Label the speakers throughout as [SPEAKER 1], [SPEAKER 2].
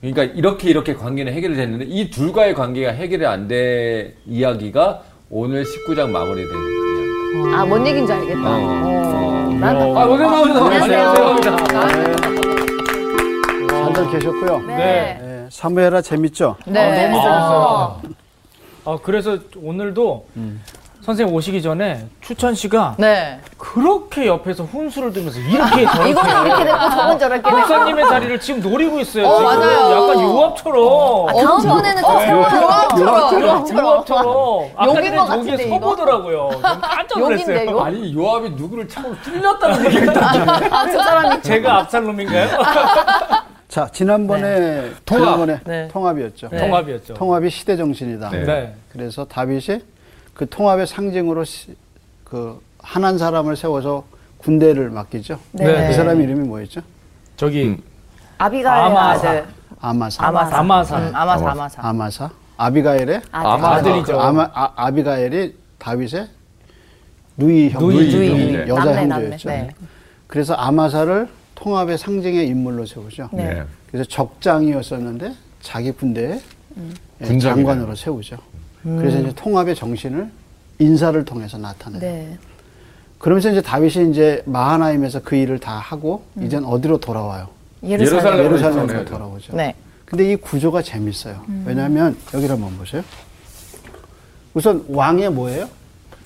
[SPEAKER 1] 그러니까 이렇게 이렇게 관계는 해결이 됐는데 이 둘과의 관계가 해결이 안 될 이야기가 오늘 19장 마무리된 이야기다.
[SPEAKER 2] 아, 뭔 얘기인지 알겠다.
[SPEAKER 1] 어.
[SPEAKER 2] 어.
[SPEAKER 1] 어.
[SPEAKER 2] 난
[SPEAKER 3] 어.
[SPEAKER 1] 아, 오늘 나오셨나요?
[SPEAKER 2] 안녕하세요.
[SPEAKER 3] 네. 한잔 계셨고요.
[SPEAKER 2] 네.
[SPEAKER 3] 네, 사무엘아 재밌죠? 어,
[SPEAKER 2] 네.
[SPEAKER 4] 재밌어요. 아, 그래서 오늘도 선생님 오시기 전에 추천 씨가
[SPEAKER 2] 네.
[SPEAKER 4] 그렇게 옆에서 훈수를 들면서 이렇게 저렇게
[SPEAKER 2] 이거는 이렇게 됐고 저건 저렇게 됐고.
[SPEAKER 4] 목사님의 자리를 지금 노리고 있어요.
[SPEAKER 2] 어,
[SPEAKER 4] 지금
[SPEAKER 2] 맞아요. 어,
[SPEAKER 4] 약간 요압처럼. 아,
[SPEAKER 5] 다음번에는
[SPEAKER 2] 아,
[SPEAKER 5] 좀
[SPEAKER 2] 요압처럼.
[SPEAKER 4] 요압처럼. 아까
[SPEAKER 2] 욕인 것
[SPEAKER 4] 전에 저기에
[SPEAKER 2] 같은데, 이거?
[SPEAKER 4] 서보더라고요. 깜짝
[SPEAKER 2] 욕인데,
[SPEAKER 4] 놀랐어요.
[SPEAKER 2] 욕?
[SPEAKER 1] 아니 요압이 누구를 참으로 찔렸다는 얘기가 있다.
[SPEAKER 2] 아, 저 사람이.
[SPEAKER 4] 그 제가 압살롬인가요?
[SPEAKER 3] 자, 지난번에
[SPEAKER 1] 통합.
[SPEAKER 3] 지난번에
[SPEAKER 4] 네.
[SPEAKER 3] 통합이었죠. 네.
[SPEAKER 4] 통합이었죠.
[SPEAKER 3] 통합이 시대 정신이다.
[SPEAKER 1] 네.
[SPEAKER 4] 네.
[SPEAKER 3] 그래서 다윗이 그 통합의 상징으로 시- 그 한한 사람을 세워서 군대를 맡기죠.
[SPEAKER 4] 네.
[SPEAKER 3] 그 사람 이름이 뭐였죠?
[SPEAKER 4] 저기
[SPEAKER 1] 음.
[SPEAKER 2] 아비가의
[SPEAKER 4] 아마사.
[SPEAKER 2] 아들.
[SPEAKER 3] 아마사.
[SPEAKER 2] 아마사.
[SPEAKER 4] 아마사.
[SPEAKER 2] 음, 아마사, 아마사.
[SPEAKER 3] 아마사. 아비가엘의
[SPEAKER 1] 아마
[SPEAKER 2] 아들.
[SPEAKER 4] 아들이죠.
[SPEAKER 3] 아마, 아, 아비가엘이 다윗의 누이 형,
[SPEAKER 4] 누이, 누이.
[SPEAKER 1] 네.
[SPEAKER 3] 여자
[SPEAKER 2] 남매,
[SPEAKER 3] 형제였죠.
[SPEAKER 2] 남매, 네.
[SPEAKER 3] 그래서 아마사를 통합의 상징의 인물로 세우죠.
[SPEAKER 1] 네.
[SPEAKER 3] 그래서 적장이었었는데 자기 군대의 예,
[SPEAKER 1] 군장이네요.
[SPEAKER 3] 장관으로 세우죠. 그래서 이제 통합의 정신을 인사를 통해서 나타내요.
[SPEAKER 5] 네.
[SPEAKER 3] 그러면서 이제 다윗이 이제 마하나임에서 그 일을 다 하고 이젠 어디로 돌아와요?
[SPEAKER 1] 예루살렘.
[SPEAKER 2] 예루살렘.
[SPEAKER 3] 예루살렘으로
[SPEAKER 1] 돌아오죠.
[SPEAKER 3] 돌아오죠.
[SPEAKER 2] 네.
[SPEAKER 3] 근데 이 구조가 재밌어요. 왜냐하면 여기를 한번 보세요. 우선 왕의 뭐예요?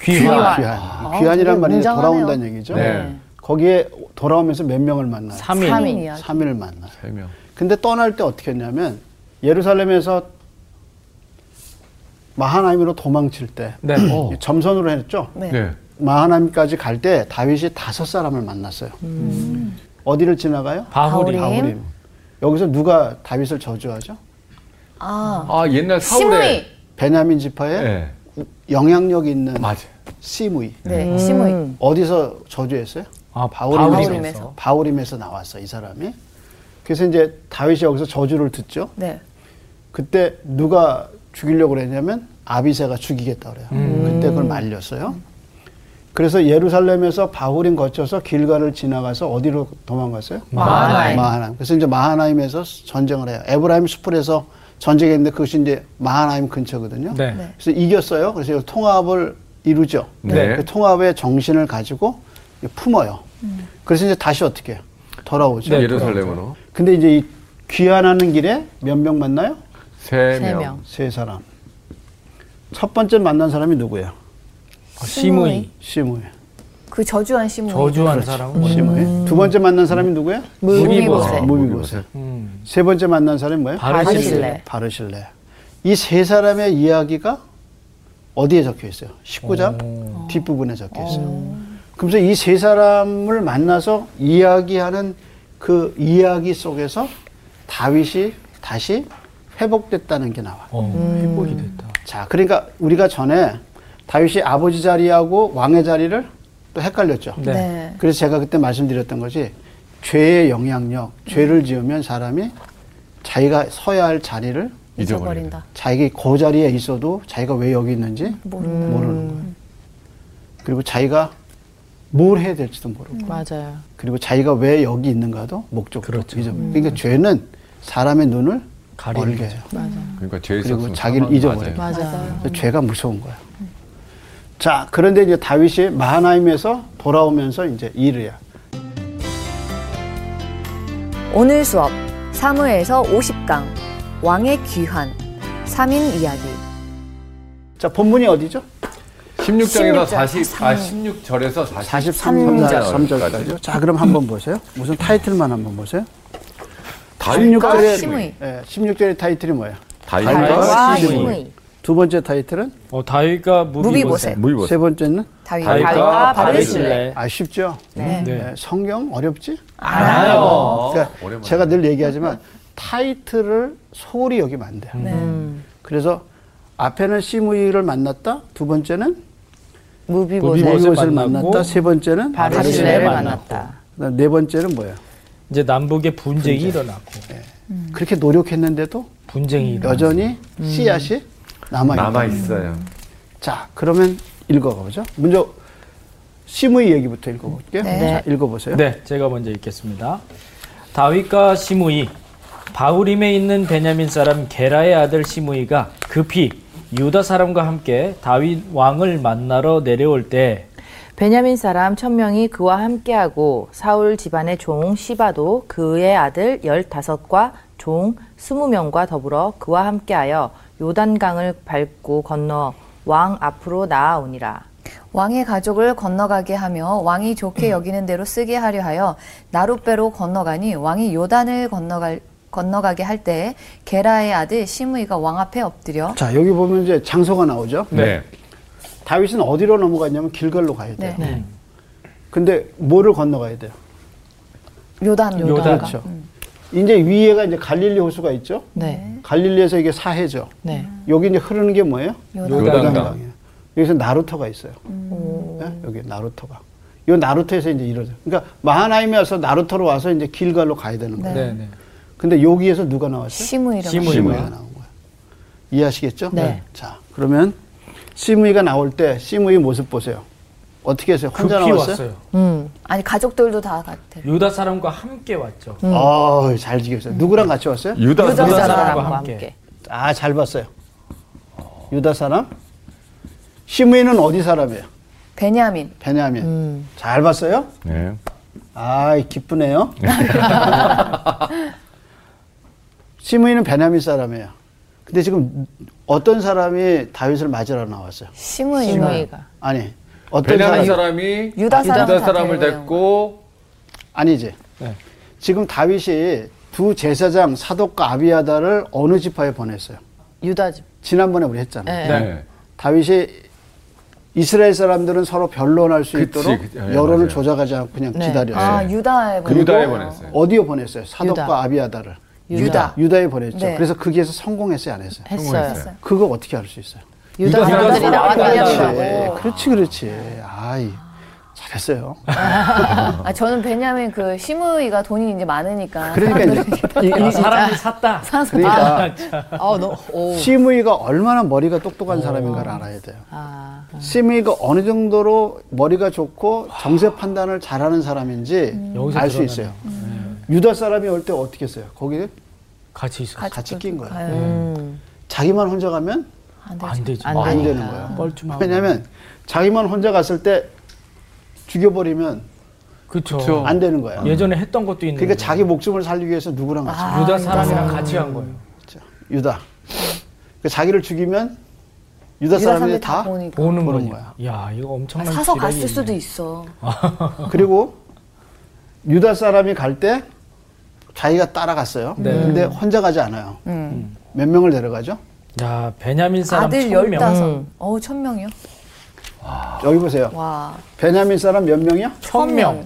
[SPEAKER 4] 귀환.
[SPEAKER 3] 귀환. 귀환이란
[SPEAKER 2] 되게
[SPEAKER 3] 말이 이제
[SPEAKER 2] 웅장하네요.
[SPEAKER 3] 돌아온다는 얘기죠.
[SPEAKER 1] 네.
[SPEAKER 3] 거기에 돌아오면서 몇 명을 만나요?
[SPEAKER 4] 삼인
[SPEAKER 2] 삼인.
[SPEAKER 5] 3인이야.
[SPEAKER 3] 3일 만나요.
[SPEAKER 1] 세 명.
[SPEAKER 3] 근데 떠날 때 어떻게 했냐면 예루살렘에서 마하나임으로 도망칠 때
[SPEAKER 4] 네.
[SPEAKER 3] 이 점선으로 했죠.
[SPEAKER 2] 네.
[SPEAKER 3] 마하나임까지 갈 때 다윗이 다섯 사람을 만났어요. 어디를 지나가요?
[SPEAKER 4] 바울이.
[SPEAKER 5] 바울이.
[SPEAKER 3] 바울임. 여기서 누가 다윗을 저주하죠?
[SPEAKER 5] 아,
[SPEAKER 1] 아 옛날
[SPEAKER 2] 시므이.
[SPEAKER 1] 사울의
[SPEAKER 3] 베냐민 지파의
[SPEAKER 1] 네.
[SPEAKER 3] 영향력 있는
[SPEAKER 1] 맞아.
[SPEAKER 3] 시므이.
[SPEAKER 5] 네. 시무이.
[SPEAKER 3] 어디서 저주했어요?
[SPEAKER 4] 아,
[SPEAKER 3] 바울임에서.
[SPEAKER 4] 바울임에서.
[SPEAKER 3] 바울임에서 나왔어 이 사람이. 그래서 이제 다윗이 여기서 저주를 듣죠.
[SPEAKER 5] 네.
[SPEAKER 3] 그때 누가 죽이려고 그랬냐면 아비세가 죽이겠다 그래요. 그때 그걸 말렸어요. 그래서 예루살렘에서 바울인 거쳐서 길가를 지나가서 어디로 도망갔어요?
[SPEAKER 2] 마하나임.
[SPEAKER 3] 마하나임. 그래서 이제 마하나임에서 전쟁을 해요. 에브라임 숲풀에서 전쟁했는데 그것이 이제 마하나임 근처거든요.
[SPEAKER 4] 네.
[SPEAKER 5] 네.
[SPEAKER 3] 그래서 이겼어요. 그래서 이거 통합을 이루죠.
[SPEAKER 1] 네.
[SPEAKER 3] 그 통합의 정신을 가지고 품어요. 그래서 이제 다시 어떻게 해요? 돌아오죠.
[SPEAKER 4] 네,
[SPEAKER 1] 예루살렘으로
[SPEAKER 3] 근데 이제 이 귀환하는 길에 몇 명 만나요?
[SPEAKER 1] 세
[SPEAKER 2] 세
[SPEAKER 1] 명.
[SPEAKER 2] 명.
[SPEAKER 3] 세 사람. 첫 번째 만난 사람이 누구예요?
[SPEAKER 4] 시므이.
[SPEAKER 3] 시므이.
[SPEAKER 5] 그 저주한 시무.
[SPEAKER 4] 저주한 사람은 뭐예요?
[SPEAKER 3] 시므이. 두 번째 만난 사람이 누구예요?
[SPEAKER 1] 아, 네.
[SPEAKER 2] 무비보세.
[SPEAKER 3] 무비보세.
[SPEAKER 4] 음.
[SPEAKER 3] 세 번째 만난 사람이 뭐예요?
[SPEAKER 4] 바르실레.
[SPEAKER 2] 바르실레.
[SPEAKER 3] 바르실레. 이 세 사람의 이야기가 어디에 적혀 있어요? 19장 뒷부분에 적혀 있어요. 그래서 이 세 사람을 만나서 이야기하는 그 이야기 속에서 다윗이 다시 회복됐다는 게 나와요.
[SPEAKER 4] 어, 회복이 됐다.
[SPEAKER 3] 자, 그러니까 우리가 전에 다윗이 아버지 자리하고 왕의 자리를 또 헷갈렸죠.
[SPEAKER 4] 네.
[SPEAKER 5] 네.
[SPEAKER 3] 그래서 제가 그때 말씀드렸던 것이 죄의 영향력, 죄를 지으면 사람이 자기가 서야 할 자리를
[SPEAKER 1] 잊어버린다.
[SPEAKER 5] 잊어버린다.
[SPEAKER 3] 자기가 그 자리에 있어도 자기가 왜 여기 있는지
[SPEAKER 5] 모른다.
[SPEAKER 3] 모르는 거예요. 그리고 자기가 뭘 해야 될지도 모르고
[SPEAKER 2] 맞아요.
[SPEAKER 3] 그리고 자기가 왜 여기 있는가도 목적도
[SPEAKER 4] 그렇죠.
[SPEAKER 3] 잊어버리고 그러니까 죄는 사람의 눈을
[SPEAKER 4] 가리는
[SPEAKER 3] 멀게 해요.
[SPEAKER 1] 그러니까 죄의
[SPEAKER 3] 그리고
[SPEAKER 1] 삭슨
[SPEAKER 3] 자기를
[SPEAKER 1] 사망.
[SPEAKER 3] 잊어버리고.
[SPEAKER 1] 맞아요.
[SPEAKER 2] 맞아요.
[SPEAKER 3] 그래서 죄가 무서운 거야. 자, 그런데 이제 다윗이 마하나임에서 돌아오면서 이제 일을 해요.
[SPEAKER 5] 오늘 수업 사무에서 50강 왕의 귀환 3인 이야기.
[SPEAKER 3] 자, 본문이 어디죠?
[SPEAKER 1] 16장에서
[SPEAKER 5] 16장.
[SPEAKER 1] 40, 아 16절에서 43절.
[SPEAKER 3] 43절까지요. 자, 그럼 한번 보세요. 무슨 타이틀만 한번 보세요.
[SPEAKER 5] 과
[SPEAKER 3] 16절의,
[SPEAKER 5] 시므이.
[SPEAKER 3] 예, 16절의 타이틀이 뭐예요?
[SPEAKER 5] 과
[SPEAKER 1] 다윗과 시므이.
[SPEAKER 5] 시무이.
[SPEAKER 3] 두 번째 타이틀은?
[SPEAKER 4] 어, 다윗과 무비보세.
[SPEAKER 5] 무비보세.
[SPEAKER 1] 무이 보세.
[SPEAKER 3] 세 번째는?
[SPEAKER 5] 다윗.
[SPEAKER 1] 다윗과 바르실레.
[SPEAKER 3] 아, 쉽죠?
[SPEAKER 5] 네.
[SPEAKER 4] 네.
[SPEAKER 3] 예, 성경 어렵지?
[SPEAKER 4] 알아요.
[SPEAKER 3] 그러니까
[SPEAKER 1] 오랜만에.
[SPEAKER 3] 제가 늘 얘기하지만 타이틀을 소홀히 여기면 안 돼요. 음. 그래서 앞에는 시므이를 만났다. 두 번째는
[SPEAKER 2] 무비보세.
[SPEAKER 4] 무비보세.
[SPEAKER 3] 이곳을
[SPEAKER 4] 만났고,
[SPEAKER 3] 만났다. 세 번째는
[SPEAKER 2] 바르실레를
[SPEAKER 4] 바르실레를
[SPEAKER 2] 만났다.
[SPEAKER 3] 그다음 네 번째는 뭐예요? 네.
[SPEAKER 4] 이제 남북의 분쟁이 일어나고
[SPEAKER 3] 그렇게 노력했는데도
[SPEAKER 4] 분쟁이 일어나.
[SPEAKER 3] 여전히 씨앗이 음. 남아 있다.
[SPEAKER 1] 남아 있어요.
[SPEAKER 3] 자, 그러면 읽어보죠. 먼저 시므이 얘기부터 읽어볼게요. 자, 읽어보세요.
[SPEAKER 4] 네, 제가 먼저 읽겠습니다. 다윗과 시므이 바후림에 있는 베냐민 사람 게라의 아들 시므이가 급히 유다 사람과 함께 다윗 왕을 만나러 내려올 때
[SPEAKER 6] 베냐민 사람 천명이 그와 함께하고 사울 집안의 종 시바도 그의 아들 15과 종 20명과 더불어 그와 함께하여 요단강을 밟고 건너 왕 앞으로 나아오니라.
[SPEAKER 5] 왕의 가족을 건너가게 하며 왕이 좋게 여기는 대로 쓰게 하려 하여 나룻배로 건너가니 왕이 요단을 건너갈 건너가게 할 때에 게라의 아들 시므이가 왕 앞에 엎드려
[SPEAKER 3] 자, 여기 보면 이제 장소가 나오죠.
[SPEAKER 1] 네.
[SPEAKER 3] 다윗은 어디로 넘어갔냐면 길갈로 가야 돼요.
[SPEAKER 5] 네.
[SPEAKER 3] 근데 뭐를 건너가야 돼요?
[SPEAKER 5] 요단
[SPEAKER 4] 요단.
[SPEAKER 5] 요단가
[SPEAKER 4] 그렇죠.
[SPEAKER 3] 이제 위에가 이제 갈릴리 호수가 있죠.
[SPEAKER 6] 네.
[SPEAKER 3] 갈릴리에서 이게 사해죠.
[SPEAKER 6] 네.
[SPEAKER 3] 여기 이제 흐르는 게 뭐예요?
[SPEAKER 1] 요단강.
[SPEAKER 3] 요단강이에요. 여기서 나루터가 있어요. 네? 여기 나루터가. 요 나루터에서 이제 이러죠. 그러니까 마하나임에 와서 나루터로 와서 이제 길갈로 가야 되는 거예요.
[SPEAKER 4] 네, 네.
[SPEAKER 3] 근데 여기에서 누가 나왔어요?
[SPEAKER 5] 시므이라고
[SPEAKER 4] 시므이.
[SPEAKER 3] 시므이가 나온 거예요. 이해하시겠죠?
[SPEAKER 6] 네.
[SPEAKER 3] 자, 그러면 시므이가 나올 때 시므이 모습 보세요. 어떻게 했어요? 혼자
[SPEAKER 4] 급히
[SPEAKER 3] 나왔어요?
[SPEAKER 4] 왔어요.
[SPEAKER 6] 음.
[SPEAKER 5] 아니 가족들도 다 같아.
[SPEAKER 4] 유다 사람과 함께 왔죠.
[SPEAKER 3] 음. 어우, 아, 잘 지켰어요. 누구랑 같이 왔어요?
[SPEAKER 1] 유다
[SPEAKER 6] 유다
[SPEAKER 4] 사람과
[SPEAKER 6] 사람과
[SPEAKER 4] 함께.
[SPEAKER 6] 함께.
[SPEAKER 3] 아, 잘 봤어요. 유다 사람? 시므이는 어디 사람이에요?
[SPEAKER 5] 베냐민
[SPEAKER 3] 베냐민. 잘 봤어요?
[SPEAKER 1] 네.
[SPEAKER 3] 아, 기쁘네요. 시므이는 베냐민 사람이에요. 근데 지금 어떤 사람이 다윗을 맞으러 나왔어요?
[SPEAKER 5] 시므이가
[SPEAKER 6] 시므이가.
[SPEAKER 3] 아니, 어떤
[SPEAKER 1] 베냐민
[SPEAKER 3] 사람이
[SPEAKER 1] 사람이
[SPEAKER 5] 유다 사람 다
[SPEAKER 1] 사람을
[SPEAKER 5] 데려와요.
[SPEAKER 1] 데리고
[SPEAKER 3] 아니지.
[SPEAKER 4] 네.
[SPEAKER 3] 지금 다윗이 두 제사장 사독과 아비아다를 어느 지파에 보냈어요?
[SPEAKER 6] 유다 집.
[SPEAKER 3] 지난번에 우리 했잖아요.
[SPEAKER 1] 네.
[SPEAKER 6] 네.
[SPEAKER 3] 다윗이 이스라엘 사람들은 서로 변론할 수
[SPEAKER 1] 그치,
[SPEAKER 3] 있도록
[SPEAKER 1] 그치. 예,
[SPEAKER 3] 여론을
[SPEAKER 1] 맞아요.
[SPEAKER 3] 조작하지 않고 그냥
[SPEAKER 6] 네.
[SPEAKER 3] 기다렸어요.
[SPEAKER 5] 아 유다에
[SPEAKER 1] 그 유다에
[SPEAKER 5] 보내고.
[SPEAKER 1] 보냈어요.
[SPEAKER 3] 어디에 보냈어요? 사독과
[SPEAKER 6] 유다.
[SPEAKER 3] 아비아다를.
[SPEAKER 5] 유다.
[SPEAKER 3] 유다에 보냈죠.
[SPEAKER 5] 네.
[SPEAKER 3] 그래서 거기에서 성공했어요, 안 했어요?
[SPEAKER 6] 했어요.
[SPEAKER 3] 그거 어떻게 알 수 있어요? 예,
[SPEAKER 6] 유다 사람들이
[SPEAKER 4] 사람들이
[SPEAKER 6] 나왔다는
[SPEAKER 4] 나왔다는
[SPEAKER 6] 거고.
[SPEAKER 3] 그렇지, 그렇지, 그렇지. 아이, 잘했어요.
[SPEAKER 5] 아 저는 베냐민 그 시므이가 돈이 이제 많으니까
[SPEAKER 3] 그러니까 이제
[SPEAKER 4] 이, 이 아, 사람이 샀다.
[SPEAKER 3] 그러니까
[SPEAKER 6] 어, 너, 오.
[SPEAKER 3] 시므이가 얼마나 머리가 똑똑한 사람인가를 알아야 돼요.
[SPEAKER 6] 아.
[SPEAKER 3] 시므이가 어느 정도로 머리가 좋고 정세 판단을 잘하는 사람인지
[SPEAKER 4] 여기서
[SPEAKER 3] 알 수
[SPEAKER 4] 드러나네요.
[SPEAKER 3] 있어요.
[SPEAKER 1] 음.
[SPEAKER 3] 유다 사람이 올 때 어떻게 했어요? 거기에
[SPEAKER 4] 같이 있었어.
[SPEAKER 3] 같이 낀 거예요.
[SPEAKER 5] 가요.
[SPEAKER 6] 음.
[SPEAKER 3] 자기만 혼자 가면
[SPEAKER 5] 아, 네.
[SPEAKER 4] 안 되죠.
[SPEAKER 6] 안
[SPEAKER 3] 아, 안 되는
[SPEAKER 6] 되니까.
[SPEAKER 3] 거예요.
[SPEAKER 4] 뻘쭘하고.
[SPEAKER 3] 왜냐하면 자기만 혼자 갔을 때 죽여버리면
[SPEAKER 4] 그렇죠.
[SPEAKER 3] 안 되는 거예요. 아.
[SPEAKER 4] 예전에 했던 것도 있는데.
[SPEAKER 3] 그러니까 자기 목숨을 살리기 위해서 누구랑 같이
[SPEAKER 4] 유다 사람이랑 같이 간 거예요.
[SPEAKER 3] 갔죠? 유다. 그러니까 자기를 죽이면 유다, 사람들이 다
[SPEAKER 5] 보니까
[SPEAKER 4] 보는
[SPEAKER 3] 보는
[SPEAKER 4] 거야. 야, 이거 엄청난
[SPEAKER 5] 사서
[SPEAKER 4] 지략이
[SPEAKER 5] 갔을 수도
[SPEAKER 4] 있네.
[SPEAKER 5] 있어.
[SPEAKER 3] 그리고 유다 사람이 갈 때 자기가 따라갔어요.
[SPEAKER 4] 네.
[SPEAKER 3] 근데 혼자 가지 않아요. 몇 명을 데려가죠?
[SPEAKER 4] 야, 베냐민 사람
[SPEAKER 5] 아들
[SPEAKER 4] 1000명.
[SPEAKER 5] 열다섯. 어우 천 명이요?
[SPEAKER 3] 여기 보세요.
[SPEAKER 5] 와.
[SPEAKER 3] 베냐민 사람 몇 명이요?
[SPEAKER 4] 천 명.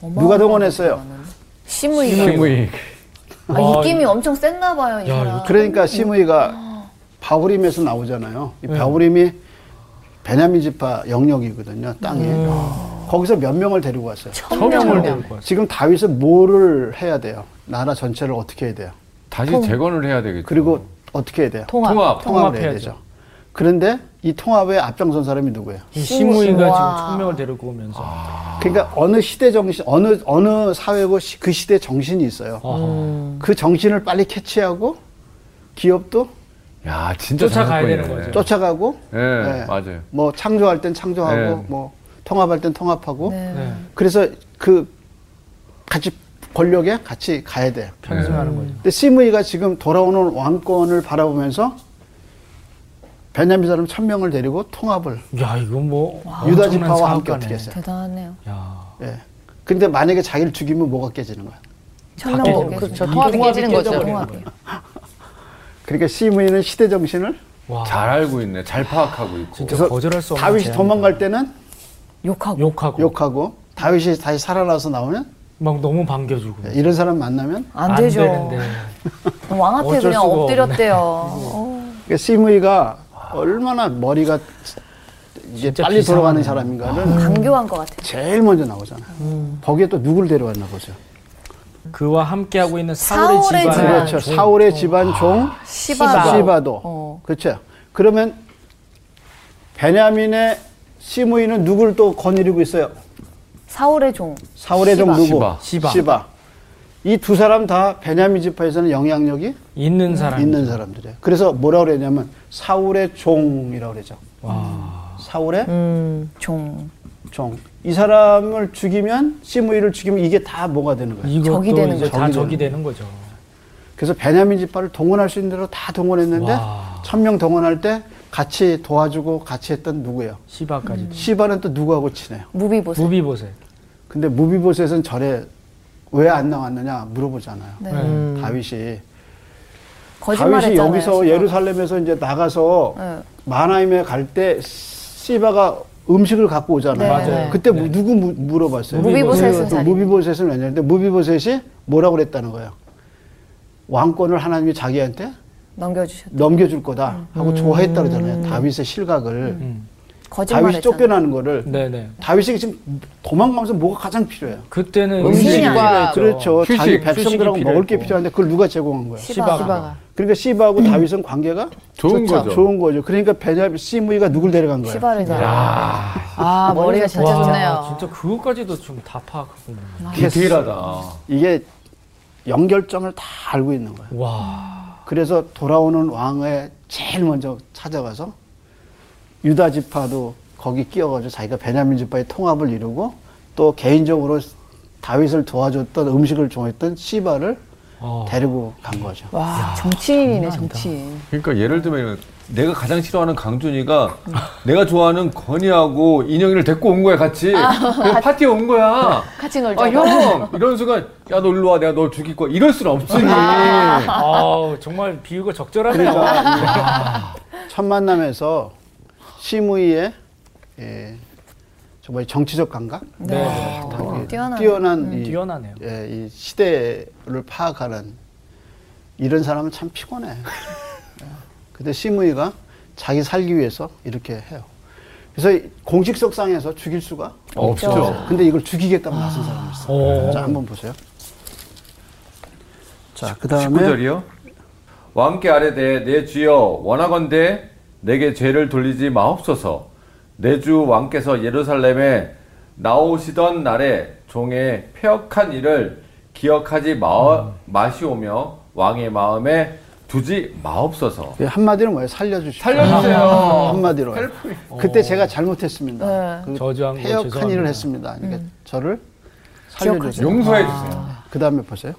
[SPEAKER 3] 누가 동원했어요?
[SPEAKER 5] 시무이가.
[SPEAKER 1] 시므이.
[SPEAKER 5] 아, 입김이 엄청 셌나 봐요, 이
[SPEAKER 4] 야,
[SPEAKER 5] 사람.
[SPEAKER 3] 그러니까 시므이가 바울임에서 나오잖아요. 이 바울임이 베냐민 지파 영역이거든요. 땅이. 거기서 몇 명을 데리고 왔어요.
[SPEAKER 4] 천 명을 데리고 왔어.
[SPEAKER 3] 지금 다윗은 뭐를 해야 돼요? 나라 전체를 어떻게 해야 돼요?
[SPEAKER 1] 다시 재건을 해야 되겠죠.
[SPEAKER 3] 그리고 어떻게 해야 돼요?
[SPEAKER 4] 통합.
[SPEAKER 1] 통합.
[SPEAKER 3] 통합을 해야
[SPEAKER 4] 통합해야죠.
[SPEAKER 3] 되죠. 그런데 이 통합에 앞장선 사람이 누구예요?
[SPEAKER 4] 이 시무이가
[SPEAKER 5] 와.
[SPEAKER 4] 지금 천 명을 데리고 오면서.
[SPEAKER 3] 그러니까 어느 시대 정신, 어느 어느 사회고 시- 그 시대 정신이 있어요.
[SPEAKER 4] 아하.
[SPEAKER 3] 그 정신을 빨리 캐치하고 기업도
[SPEAKER 1] 야, 진짜
[SPEAKER 4] 쫓아가야
[SPEAKER 1] 장사꾼이네.
[SPEAKER 4] 되는 거죠.
[SPEAKER 3] 쫓아가고,
[SPEAKER 1] 예, 맞아요.
[SPEAKER 3] 뭐 창조할 땐 창조하고,
[SPEAKER 1] 네.
[SPEAKER 3] 뭐 통합할 땐 통합하고.
[SPEAKER 4] 네.
[SPEAKER 3] 그래서 그 같이 권력에 같이 가야 돼.
[SPEAKER 4] 편승하는 거죠.
[SPEAKER 3] 근데 시므이가 지금 돌아오는 왕권을 바라보면서 베냐민 사람 천 명을 데리고 통합을
[SPEAKER 4] 야, 이거 뭐
[SPEAKER 3] 유다
[SPEAKER 4] 엄청난
[SPEAKER 3] 지파와 함께
[SPEAKER 4] 사업가네.
[SPEAKER 3] 어떻게 했어요?
[SPEAKER 5] 대단하네요.
[SPEAKER 4] 야.
[SPEAKER 3] 예. 근데 만약에 자기를 죽이면 뭐가 깨지는 거야?
[SPEAKER 5] 천명
[SPEAKER 4] 깨지는
[SPEAKER 5] 먹겠어요.
[SPEAKER 4] 거죠.
[SPEAKER 6] 통합이 깨지는 거죠.
[SPEAKER 5] 통합이.
[SPEAKER 3] 그러니까 시므이는 시대 정신을
[SPEAKER 4] 와.
[SPEAKER 1] 아. 잘 알고 있네. 잘 파악하고 있고.
[SPEAKER 4] 진짜 거절할 수 없는
[SPEAKER 3] 다윗이
[SPEAKER 4] 제안이다.
[SPEAKER 3] 도망갈 때는
[SPEAKER 5] 욕하고.
[SPEAKER 4] 욕하고
[SPEAKER 3] 욕하고 다윗이 다시 살아나서 나오면
[SPEAKER 4] 막 너무 반겨주고.
[SPEAKER 3] 예, 이런 사람 만나면
[SPEAKER 5] 안 되죠.
[SPEAKER 4] 되는데.
[SPEAKER 5] 왕 앞에
[SPEAKER 4] 어쩔
[SPEAKER 5] 그냥
[SPEAKER 4] 수가
[SPEAKER 5] 엎드렸대요. 어.
[SPEAKER 3] 그러니까 시므이가 얼마나 머리가 이제
[SPEAKER 4] 진짜
[SPEAKER 3] 빨리 돌아가는
[SPEAKER 4] 비상하네요.
[SPEAKER 3] 사람인가를
[SPEAKER 5] 강교한 것 같아요.
[SPEAKER 3] 제일 먼저 나오잖아.
[SPEAKER 4] 음.
[SPEAKER 3] 거기에 또 누굴 데려왔나 보죠.
[SPEAKER 4] 그와 함께 하고 있는 사울의,
[SPEAKER 5] 사울의
[SPEAKER 4] 집안.
[SPEAKER 5] 집안.
[SPEAKER 3] 그렇죠. 사울의 집안 종
[SPEAKER 5] 어. 아, 시바도.
[SPEAKER 3] 시바도.
[SPEAKER 5] 어.
[SPEAKER 3] 그렇죠. 그러면 베냐민의 시므이는 누굴 또 거느리고 있어요?
[SPEAKER 5] 사울의 종
[SPEAKER 3] 사울의 종
[SPEAKER 5] 시바.
[SPEAKER 3] 누구?
[SPEAKER 4] 시바.
[SPEAKER 3] 이 두 사람 다 베냐민 지파에서는 영향력이
[SPEAKER 4] 있는 사람.
[SPEAKER 3] 있는 사람들이에요. 그래서 뭐라고 그랬냐면 사울의 종이라고 그러죠. 사울의
[SPEAKER 5] 종.
[SPEAKER 3] 종. 이 사람을 죽이면 시므이를 죽이면 이게 다 뭐가 되는 거예요.
[SPEAKER 4] 이것도
[SPEAKER 5] 적이 되는
[SPEAKER 4] 이제
[SPEAKER 3] 거죠.
[SPEAKER 4] 다
[SPEAKER 3] 적이
[SPEAKER 4] 적이
[SPEAKER 3] 되는
[SPEAKER 4] 되는 거죠.
[SPEAKER 3] 그래서 베냐민 지파를 동원할 수 있는 대로 다 동원했는데
[SPEAKER 4] 와.
[SPEAKER 3] 천 명 동원할 때 같이 도와주고 같이 했던 누구예요?
[SPEAKER 4] 시바까지.
[SPEAKER 3] 시바는 또 누구하고 친해요?
[SPEAKER 5] 무비 보세.
[SPEAKER 4] 무비보세.
[SPEAKER 3] 근데 무비보셋은 절에 왜 안 나왔느냐 물어보잖아요.
[SPEAKER 5] 네.
[SPEAKER 3] 다윗이 다윗이
[SPEAKER 5] 거짓말했잖아요.
[SPEAKER 3] 여기서
[SPEAKER 5] 시바.
[SPEAKER 3] 예루살렘에서 이제 나가서
[SPEAKER 5] 네.
[SPEAKER 3] 마나임에 갈 때 시바가 음식을 갖고 오잖아요.
[SPEAKER 5] 네, 맞아요.
[SPEAKER 4] 네.
[SPEAKER 3] 그때 무- 누구 무- 물어봤어요? 그
[SPEAKER 5] 무비보셋은 자리.
[SPEAKER 3] 무비보셋은 왜냐? 근데 무비보셋이 뭐라고 그랬다는 거예요. 왕권을 하나님이 자기한테
[SPEAKER 5] 넘겨주셨.
[SPEAKER 3] 넘겨줄 거다 하고 좋아했다 그러잖아요. 다윗의 실각을
[SPEAKER 1] 음.
[SPEAKER 3] 다윗이
[SPEAKER 5] 음. 거짓말했잖아요.
[SPEAKER 3] 쫓겨나는 거를
[SPEAKER 4] 네네.
[SPEAKER 3] 다윗이 지금 도망가면서 뭐가 가장 필요해요?
[SPEAKER 4] 그때는
[SPEAKER 5] 음식이
[SPEAKER 4] 음식이
[SPEAKER 5] 아니라.
[SPEAKER 4] 필요했죠.
[SPEAKER 3] 그렇죠.
[SPEAKER 1] 휴식,
[SPEAKER 3] 자기
[SPEAKER 1] 휴식이
[SPEAKER 3] 백성들하고 먹을 게
[SPEAKER 1] 필요했고.
[SPEAKER 3] 필요한데 그걸 누가 제공한 거야?
[SPEAKER 4] 시바가.
[SPEAKER 6] 시바가.
[SPEAKER 3] 그러니까 시바하고 다윗은 관계가
[SPEAKER 1] 좋은
[SPEAKER 3] 좋죠.
[SPEAKER 1] 거죠.
[SPEAKER 3] 좋은 거죠. 그러니까 베냐민 시므이가 누굴 데려간 거야?
[SPEAKER 5] 시바를 잘.
[SPEAKER 6] 아, 머리가 진짜
[SPEAKER 4] 와,
[SPEAKER 6] 좋네요.
[SPEAKER 4] 진짜 그것까지도 좀 다 파악하고.
[SPEAKER 1] 디테일하다.
[SPEAKER 3] 이게 연결점을 다 알고 있는 거야.
[SPEAKER 4] 와.
[SPEAKER 3] 그래서 돌아오는 왕에 제일 먼저 찾아가서 유다 지파도 거기 끼어가지고 자기가 베냐민 지파의 통합을 이루고 또 개인적으로 다윗을 도와줬던 음식을 좋아했던 시바를
[SPEAKER 4] 어.
[SPEAKER 3] 데리고 간 거죠.
[SPEAKER 2] 와, 정치인이네, 정치인.
[SPEAKER 1] 그러니까 예를 들면 내가 가장 싫어하는 강준이가 내가 좋아하는 건이하고 인영이를 데리고 온 거야 같이. 그래서 파티에 온 거야.
[SPEAKER 5] 같이 놀자.
[SPEAKER 1] 아 형! 이런 순간 야 너 일로 와 내가 널 죽일 거야. 이럴 순 없으니. 아.
[SPEAKER 4] 아우, 정말 비유가 적절하네요.
[SPEAKER 3] 그렇죠. 그러니까.
[SPEAKER 5] 아.
[SPEAKER 3] 첫 만남에서 시무이의 예, 정말 정치적 감각,
[SPEAKER 4] 네.
[SPEAKER 5] 아, 뛰어난. 음.
[SPEAKER 3] 뛰어난 이,
[SPEAKER 4] 뛰어나네요.
[SPEAKER 3] 예, 이 시대를 파악하는 이런 사람은 참 피곤해. 예. 근데 시무이가 자기 살기 위해서 이렇게 해요. 그래서 이 공식석상에서 죽일 수가
[SPEAKER 1] 없죠.
[SPEAKER 3] 근데 이걸
[SPEAKER 5] 아.
[SPEAKER 3] 죽이겠다고 나선 사람이 있어.
[SPEAKER 4] 오.
[SPEAKER 3] 요 자, 한번 보세요. 자, 그 다음에
[SPEAKER 1] 19절이요. 왕께 아뢰되 내 주여 원하건대 내게 죄를 돌리지 마옵소서. 내 주 왕께서 예루살렘에 나오시던 날에 종의 폐역한 일을 기억하지 마, 마시오며 왕의 마음에 두지 마옵소서.
[SPEAKER 3] 한마디로 뭐예요? 살려주시오.
[SPEAKER 1] 살려주세요.
[SPEAKER 3] 한마디로.
[SPEAKER 1] 헬프이.
[SPEAKER 3] 그때 제가 잘못했습니다.
[SPEAKER 5] 네.
[SPEAKER 3] 그
[SPEAKER 4] 저주한 거
[SPEAKER 3] 폐역한 일을
[SPEAKER 4] 죄송합니다.
[SPEAKER 3] 했습니다. 그러니까
[SPEAKER 5] 음.
[SPEAKER 3] 저를 살려주세요.
[SPEAKER 1] 용서해 주세요.
[SPEAKER 3] 그 다음에 보세요.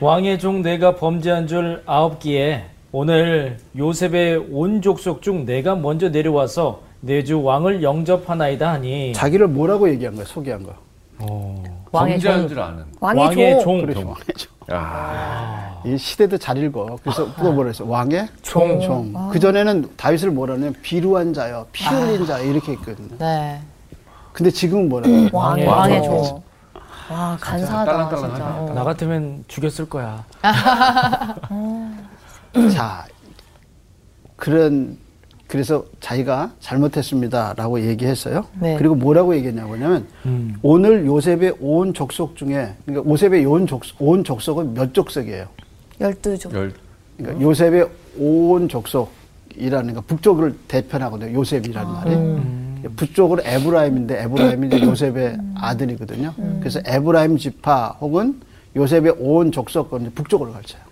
[SPEAKER 4] 왕의 종 내가 범죄한 줄 아옵기에 오늘 요셉의 온 족속 중 내가 먼저 내려와서 내 주 왕을 영접하나이다 하니
[SPEAKER 3] 자기를 뭐라고 얘기한 거예요? 소개한 거예요.
[SPEAKER 6] 왕의
[SPEAKER 1] 범죄한 줄 아는.
[SPEAKER 5] 왕의,
[SPEAKER 4] 왕의
[SPEAKER 5] 종.
[SPEAKER 4] 종,
[SPEAKER 3] 그렇죠. 왕이죠.
[SPEAKER 1] 아,
[SPEAKER 3] 이 시대도 잘 읽어. 그래서 그거 뭐라 했어? 왕의 종.
[SPEAKER 5] 아.
[SPEAKER 3] 그전에는 다윗을 뭐라 하냐면 비루한 자여, 피 흘린 자여 이렇게 했거든요.
[SPEAKER 6] 네.
[SPEAKER 3] 근데 지금은 뭐라 해요?
[SPEAKER 5] 왕의,
[SPEAKER 4] 왕의
[SPEAKER 5] 종. 와 간사하다
[SPEAKER 1] 딸랑딸랑하다.
[SPEAKER 5] 진짜.
[SPEAKER 4] 나 같으면 죽였을 거야.
[SPEAKER 3] 자, 그런, 그래서 자기가 잘못했습니다라고 얘기했어요.
[SPEAKER 6] 네.
[SPEAKER 3] 그리고 뭐라고 얘기했냐면,
[SPEAKER 4] 음.
[SPEAKER 3] 오늘 요셉의 온 족속 중에, 그러니까 요셉의 온, 족속, 온 족속은 몇 족속이에요?
[SPEAKER 5] 열두 종.
[SPEAKER 1] 열.
[SPEAKER 3] 그러니까 요셉의 온 족속이라는 거 북쪽을 대표하거든요. 요셉이라는 말이. 북쪽은 에브라임인데 에브라임이 이제 요셉의 아들이거든요. 그래서 에브라임 지파 혹은 요셉의 온 족속은 북쪽으로 가르쳐요.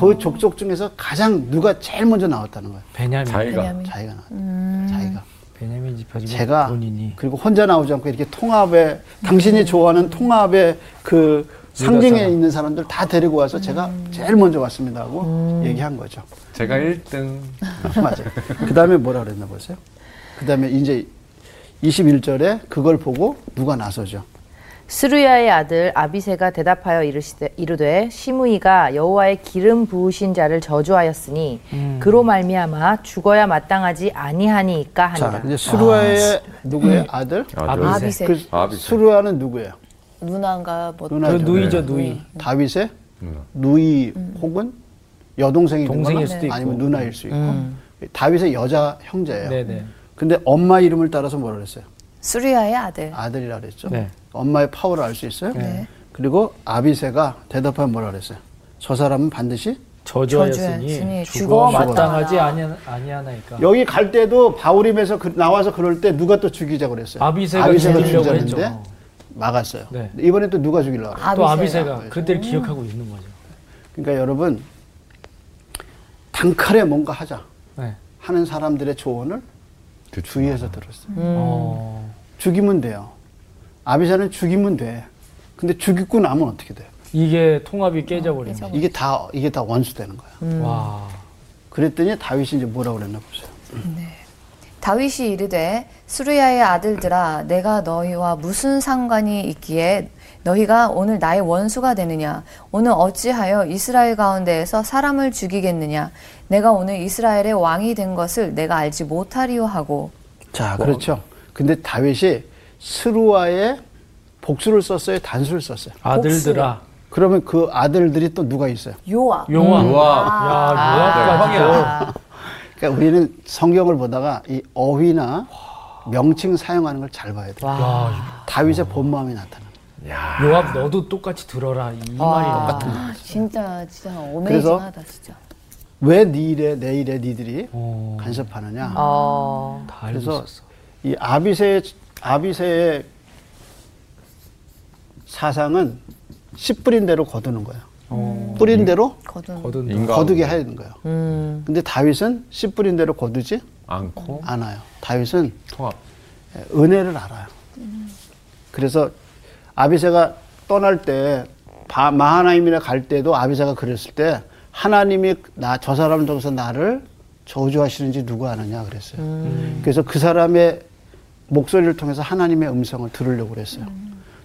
[SPEAKER 3] 그 족속 중에서 가장 누가 제일 먼저 나왔다는 거예요.
[SPEAKER 4] 베냐민.
[SPEAKER 1] 자기가.
[SPEAKER 3] 자기가 나왔다. 자기가.
[SPEAKER 4] 베냐민 집하지
[SPEAKER 3] 제가
[SPEAKER 4] 본인이.
[SPEAKER 3] 그리고 혼자 나오지 않고 이렇게 통합에 당신이 좋아하는 통합의 그 상징에
[SPEAKER 4] 사람.
[SPEAKER 3] 있는 사람들 다 데리고 와서 제가 제일 먼저 왔습니다 하고 얘기한 거죠.
[SPEAKER 1] 제가 1등.
[SPEAKER 3] 맞아요. 그 다음에 뭐라 그랬나 보세요? 그 다음에 이제 21절에 그걸 보고 누가 나서죠?
[SPEAKER 6] 스루야의 아들 아비세가 대답하여 이르시되, 이르되 시므이가 여호와의 기름 부으신 자를 저주하였으니
[SPEAKER 3] 음.
[SPEAKER 6] 그로 말미암아 죽어야 마땅하지 아니하니이까
[SPEAKER 3] 자,
[SPEAKER 6] 하니라.
[SPEAKER 3] 이제 수루아의 누구의 아들?
[SPEAKER 1] 아,
[SPEAKER 4] 음.
[SPEAKER 5] 아비세.
[SPEAKER 4] 아비세.
[SPEAKER 3] 그
[SPEAKER 1] 아비세.
[SPEAKER 3] 수루아는 누구예요?
[SPEAKER 5] 누나가 뭐
[SPEAKER 4] 그
[SPEAKER 3] 누나죠.
[SPEAKER 4] 누이죠 누이. 음.
[SPEAKER 3] 다윗의
[SPEAKER 1] 누나.
[SPEAKER 3] 누이 혹은 여동생이 되거나
[SPEAKER 4] 동생일 수도 있고. 음.
[SPEAKER 3] 아니면 누나일 수 있고. 다윗의 여자 형제예요.
[SPEAKER 5] 음.
[SPEAKER 4] 네네.
[SPEAKER 3] 근데 엄마 이름을 따라서 뭐라 그랬어요?
[SPEAKER 5] 수리아의 아들.
[SPEAKER 3] 아들이라 그랬죠.
[SPEAKER 4] 네.
[SPEAKER 3] 엄마의 파워를 알 수 있어요. 그리고 아비세가 대답하면 뭐라 그랬어요? 저 사람은 반드시
[SPEAKER 4] 저주하였으니
[SPEAKER 5] 저주하였으니
[SPEAKER 4] 죽어
[SPEAKER 5] 죽어
[SPEAKER 4] 마땅하지
[SPEAKER 5] 마땅하나.
[SPEAKER 4] 아니- 아니하나이까.
[SPEAKER 3] 여기 갈 때도 바울임에서 그- 나와서 그럴 때 누가 또 죽이자 그랬어요.
[SPEAKER 4] 아비새가 죽이려고 했죠.
[SPEAKER 3] 막았어요.
[SPEAKER 4] 네.
[SPEAKER 3] 근데 이번에 또 누가 죽이려고 그래요?
[SPEAKER 4] 또
[SPEAKER 5] 아비새가.
[SPEAKER 4] 아비새가
[SPEAKER 3] 음.
[SPEAKER 4] 그들 기억하고 있는 거죠.
[SPEAKER 3] 그러니까 여러분 단칼에 뭔가 하자
[SPEAKER 4] 네.
[SPEAKER 3] 하는 사람들의 조언을 주의해서 들었어요.
[SPEAKER 4] 어,
[SPEAKER 3] 죽이면 돼요. 아비사는 죽이면 돼. 근데 죽이고 나면 어떻게 돼요?
[SPEAKER 4] 이게 통합이 깨져버린 거.
[SPEAKER 3] 이게 다 이게 다 원수 되는 거야.
[SPEAKER 4] 음. 와.
[SPEAKER 3] 그랬더니 다윗이 이제 뭐라 그랬나 보세요.
[SPEAKER 5] 다윗이 이르되 수르야의 아들들아 내가 너희와 무슨 상관이 있기에 너희가 오늘 나의 원수가 되느냐 오늘 어찌하여 이스라엘 가운데에서 사람을 죽이겠느냐 내가 오늘 이스라엘의 왕이 된 것을 내가 알지 못하리요 하고
[SPEAKER 3] 자, 그렇죠. 근데 다윗이 스루아의 복수를 썼어요, 단수를 썼어요.
[SPEAKER 4] 아들들아.
[SPEAKER 3] 그러면 그 아들들이 또 누가 있어요?
[SPEAKER 5] 요아
[SPEAKER 4] 용화.
[SPEAKER 1] 요압.
[SPEAKER 4] 야, 요압까지.
[SPEAKER 1] 아, 네, 형이야.
[SPEAKER 3] 그러니까 우리는 성경을 보다가 이 어휘나 명칭 사용하는 걸 잘 봐야 돼요.
[SPEAKER 4] 야,
[SPEAKER 3] 다윗의 본 마음이 나타나.
[SPEAKER 4] 요압 아, 너도 똑같이 들어라. 이 말이 똑같은 거.
[SPEAKER 2] 아, 진짜 진짜
[SPEAKER 3] 그래서-
[SPEAKER 2] 어메이징하다 진짜.
[SPEAKER 3] 왜네 일에 내 일에 니들이
[SPEAKER 4] 어,
[SPEAKER 3] 간섭하느냐?
[SPEAKER 6] 어,
[SPEAKER 4] 다 알고
[SPEAKER 3] 그래서
[SPEAKER 4] 있었어.
[SPEAKER 3] 이 아비세의 아비세의 사상은 씨 뿌린 대로 거두는 거예요. 뿌린 대로
[SPEAKER 5] 거둔
[SPEAKER 4] 거둔
[SPEAKER 1] 인간
[SPEAKER 3] 거두게 하는 거예요.
[SPEAKER 4] 음.
[SPEAKER 3] 근데 다윗은 씨 뿌린 대로 거두지
[SPEAKER 1] 안고
[SPEAKER 3] 않아요. 다윗은
[SPEAKER 1] 통합.
[SPEAKER 3] 은혜를 알아요. 그래서 아비세가 떠날 때 바- 마하나임이나 갈 때도 아비세가 그랬을 때 하나님이 나 저 사람 중에서 나를 저주하시는지 누가 아느냐 그랬어요. 그래서 그 사람의 목소리를 통해서 하나님의 음성을 들으려고 그랬어요.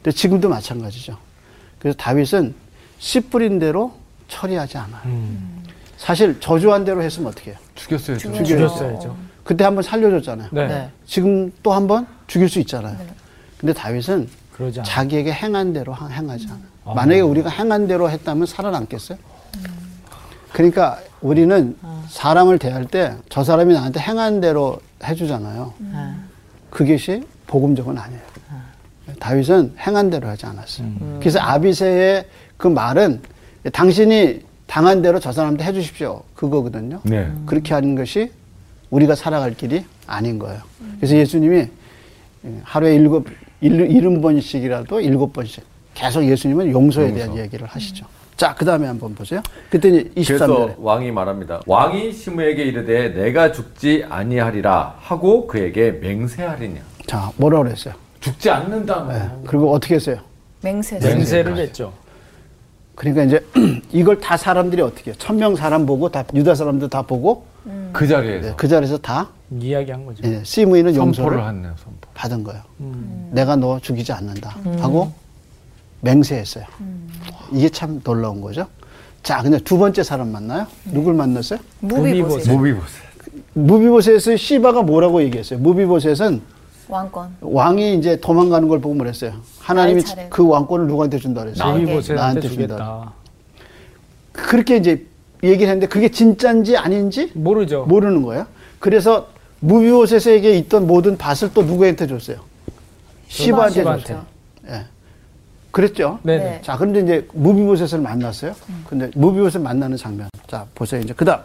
[SPEAKER 3] 근데 지금도 마찬가지죠. 그래서 다윗은 씨 뿌린 대로 처리하지 않아요.
[SPEAKER 4] 음.
[SPEAKER 3] 사실 저주한 대로 했으면 어떻게 해요?
[SPEAKER 1] 죽였어요.
[SPEAKER 3] 죽여요.
[SPEAKER 4] 죽였어야죠.
[SPEAKER 3] 그때 한번 살려줬잖아요.
[SPEAKER 4] 음. 네.
[SPEAKER 6] 네.
[SPEAKER 3] 지금 또 한 번 죽일 수 있잖아요. 근데 다윗은
[SPEAKER 4] 그러지 않아.
[SPEAKER 3] 자기에게 행한 대로 하- 행하지 않아요. 만약에 우리가 행한 대로 했다면 살아남겠어요? 그러니까 우리는 사람을 대할 때 저 사람이 나한테 행한 대로 해주잖아요. 그것이 복음적은 아니에요. 다윗은 행한 대로 하지 않았어요.
[SPEAKER 1] 음.
[SPEAKER 3] 그래서 아비세의 그 말은 당신이 당한 대로 저 사람한테 해주십시오. 그거거든요.
[SPEAKER 1] 네.
[SPEAKER 3] 그렇게 하는 것이 우리가 살아갈 길이 아닌 거예요. 그래서 예수님이 하루에 일곱, 일, 일흔 번씩이라도 일곱 번씩 계속 예수님은 용서에 대한 이야기를 하시죠. 자, 그 다음에 한번 보세요. 그때는
[SPEAKER 1] 그래서
[SPEAKER 3] 23절에.
[SPEAKER 1] 왕이 말합니다. 왕이 시므에게 이르되 내가 죽지 아니하리라 하고 그에게 맹세하리냐.
[SPEAKER 3] 자, 뭐라 그랬어요?
[SPEAKER 1] 죽지 않는다.
[SPEAKER 3] 예, 그리고 어떻게 했어요?
[SPEAKER 5] 맹세
[SPEAKER 4] 맹세를 했죠.
[SPEAKER 3] 그러니까 이제 이걸 다 사람들이 어떻게 해요? 천명 사람 보고 다 유다 사람들 다 보고
[SPEAKER 1] 그 자리에서
[SPEAKER 3] 예, 그 자리에서 다
[SPEAKER 4] 이야기한 거죠.
[SPEAKER 3] 예, 시므이는 용서를
[SPEAKER 1] 선포를 하네요. 선포.
[SPEAKER 3] 받은 거예요.
[SPEAKER 5] 음.
[SPEAKER 3] 내가 너 죽이지 않는다 하고 맹세했어요.
[SPEAKER 5] 음.
[SPEAKER 3] 이게 참 놀라운 거죠. 자, 근데 두 번째 사람 만나요?
[SPEAKER 5] 음.
[SPEAKER 3] 누굴 만났어요?
[SPEAKER 5] 무비보세
[SPEAKER 1] 무비보세.
[SPEAKER 3] 무비보셋의 시바가 뭐라고 얘기했어요? 무비보셋은
[SPEAKER 5] 왕권
[SPEAKER 3] 왕이 이제 도망가는 걸 보고 그랬어요. 하나님이
[SPEAKER 5] 나의 차례.
[SPEAKER 3] 그 왕권을 누구한테 준다 그랬어요?
[SPEAKER 4] 나비보세한테
[SPEAKER 3] 나한테
[SPEAKER 4] 주겠다.
[SPEAKER 3] 그렇게 이제 얘기를 했는데 그게 진짜인지 아닌지
[SPEAKER 4] 모르죠.
[SPEAKER 3] 모르는 거예요. 그래서 무비오셋에게 있던 모든 밭을 또 누구한테 줬어요? 시바한테
[SPEAKER 4] 시바한테.
[SPEAKER 3] 줬어요. 예. 그랬죠.
[SPEAKER 4] 네네.
[SPEAKER 5] 네.
[SPEAKER 3] 자, 그런데 이제 무비보셋을 만났어요. 근데 무비보셋 만나는 장면. 자, 보세요. 이제 그다음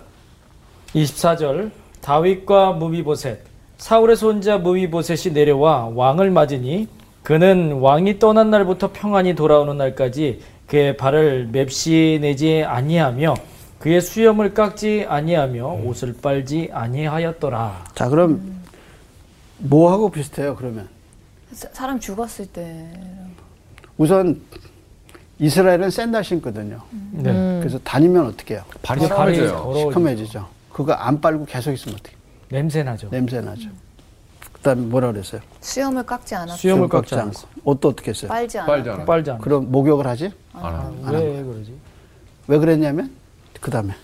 [SPEAKER 4] 24절 다윗과 무비보셋 사울의 손자 무비보셋이 내려와 왕을 맞으니 그는 왕이 떠난 날부터 평안히 돌아오는 날까지 그의 발을 맵시 내지 아니하며 그의 수염을 깎지 아니하며 옷을 빨지 아니하였더라.
[SPEAKER 3] 자, 그럼 뭐하고 비슷해요? 그러면
[SPEAKER 5] 사- 사람 죽었을 때
[SPEAKER 3] 우선 이스라엘은 샌들 신거든요.
[SPEAKER 4] 네.
[SPEAKER 3] 그래서 다니면 어떻게 해요?
[SPEAKER 1] 발이
[SPEAKER 4] 발이
[SPEAKER 1] 사라져요.
[SPEAKER 4] 더러워지죠.
[SPEAKER 3] 시커매지죠. 그거 안 빨고 계속 있으면 어떻게?
[SPEAKER 4] 냄새 나죠.
[SPEAKER 3] 냄새 나죠.
[SPEAKER 4] 음.
[SPEAKER 3] 그다음에 뭐라 그랬어요?
[SPEAKER 5] 수염을 깎지 않았고
[SPEAKER 4] 수염- 수염을
[SPEAKER 3] 줄
[SPEAKER 4] 깎지
[SPEAKER 3] 옷도 어떻게 했어요?
[SPEAKER 5] 빨지 않았고
[SPEAKER 1] 빨잖아.
[SPEAKER 4] 빨지 않아.
[SPEAKER 3] 그럼 목욕을 하지?
[SPEAKER 1] 안 하고.
[SPEAKER 4] 왜 그러지?
[SPEAKER 3] 왜 그랬냐면 그다음에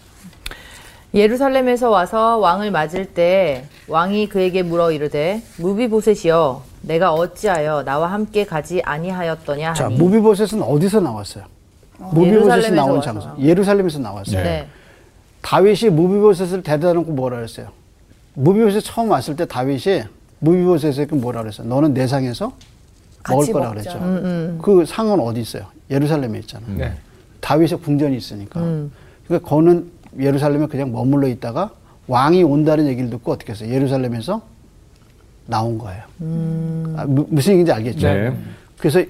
[SPEAKER 6] 예루살렘에서 와서 왕을 맞을 때 왕이 그에게 물어 이르되 무비보셋이여 내가 어찌하여 나와 함께 가지 아니하였더냐
[SPEAKER 3] 자
[SPEAKER 6] 하니
[SPEAKER 3] 무비보셋은 어디서 나왔어요? 무비보셋이
[SPEAKER 6] 예루살렘에서
[SPEAKER 3] 나온
[SPEAKER 6] 와서.
[SPEAKER 3] 장소. 예루살렘에서 나왔어요.
[SPEAKER 6] 네.
[SPEAKER 3] 다윗이 무비보셋을 대다 놓고 뭐라 그랬어요? 무비보셋 처음 왔을 때 다윗이 무비보셋에게 뭐라 그랬어요? 너는 내 상에서 먹을
[SPEAKER 5] 같이
[SPEAKER 3] 거라
[SPEAKER 5] 먹자.
[SPEAKER 3] 그랬죠.
[SPEAKER 6] 음,
[SPEAKER 3] 그 상은 어디 있어요? 예루살렘에 있잖아요.
[SPEAKER 1] 네.
[SPEAKER 5] 음.
[SPEAKER 3] 다윗의 궁전이 있으니까. 그러니까 거는 예루살렘에 그냥 머물러 있다가 왕이 온다는 얘기를 듣고 어떻게 했어요? 예루살렘에서 나온 거예요.
[SPEAKER 5] 음.
[SPEAKER 3] 아, 무, 무슨 얘기인지 알겠죠?
[SPEAKER 1] 네.
[SPEAKER 3] 그래서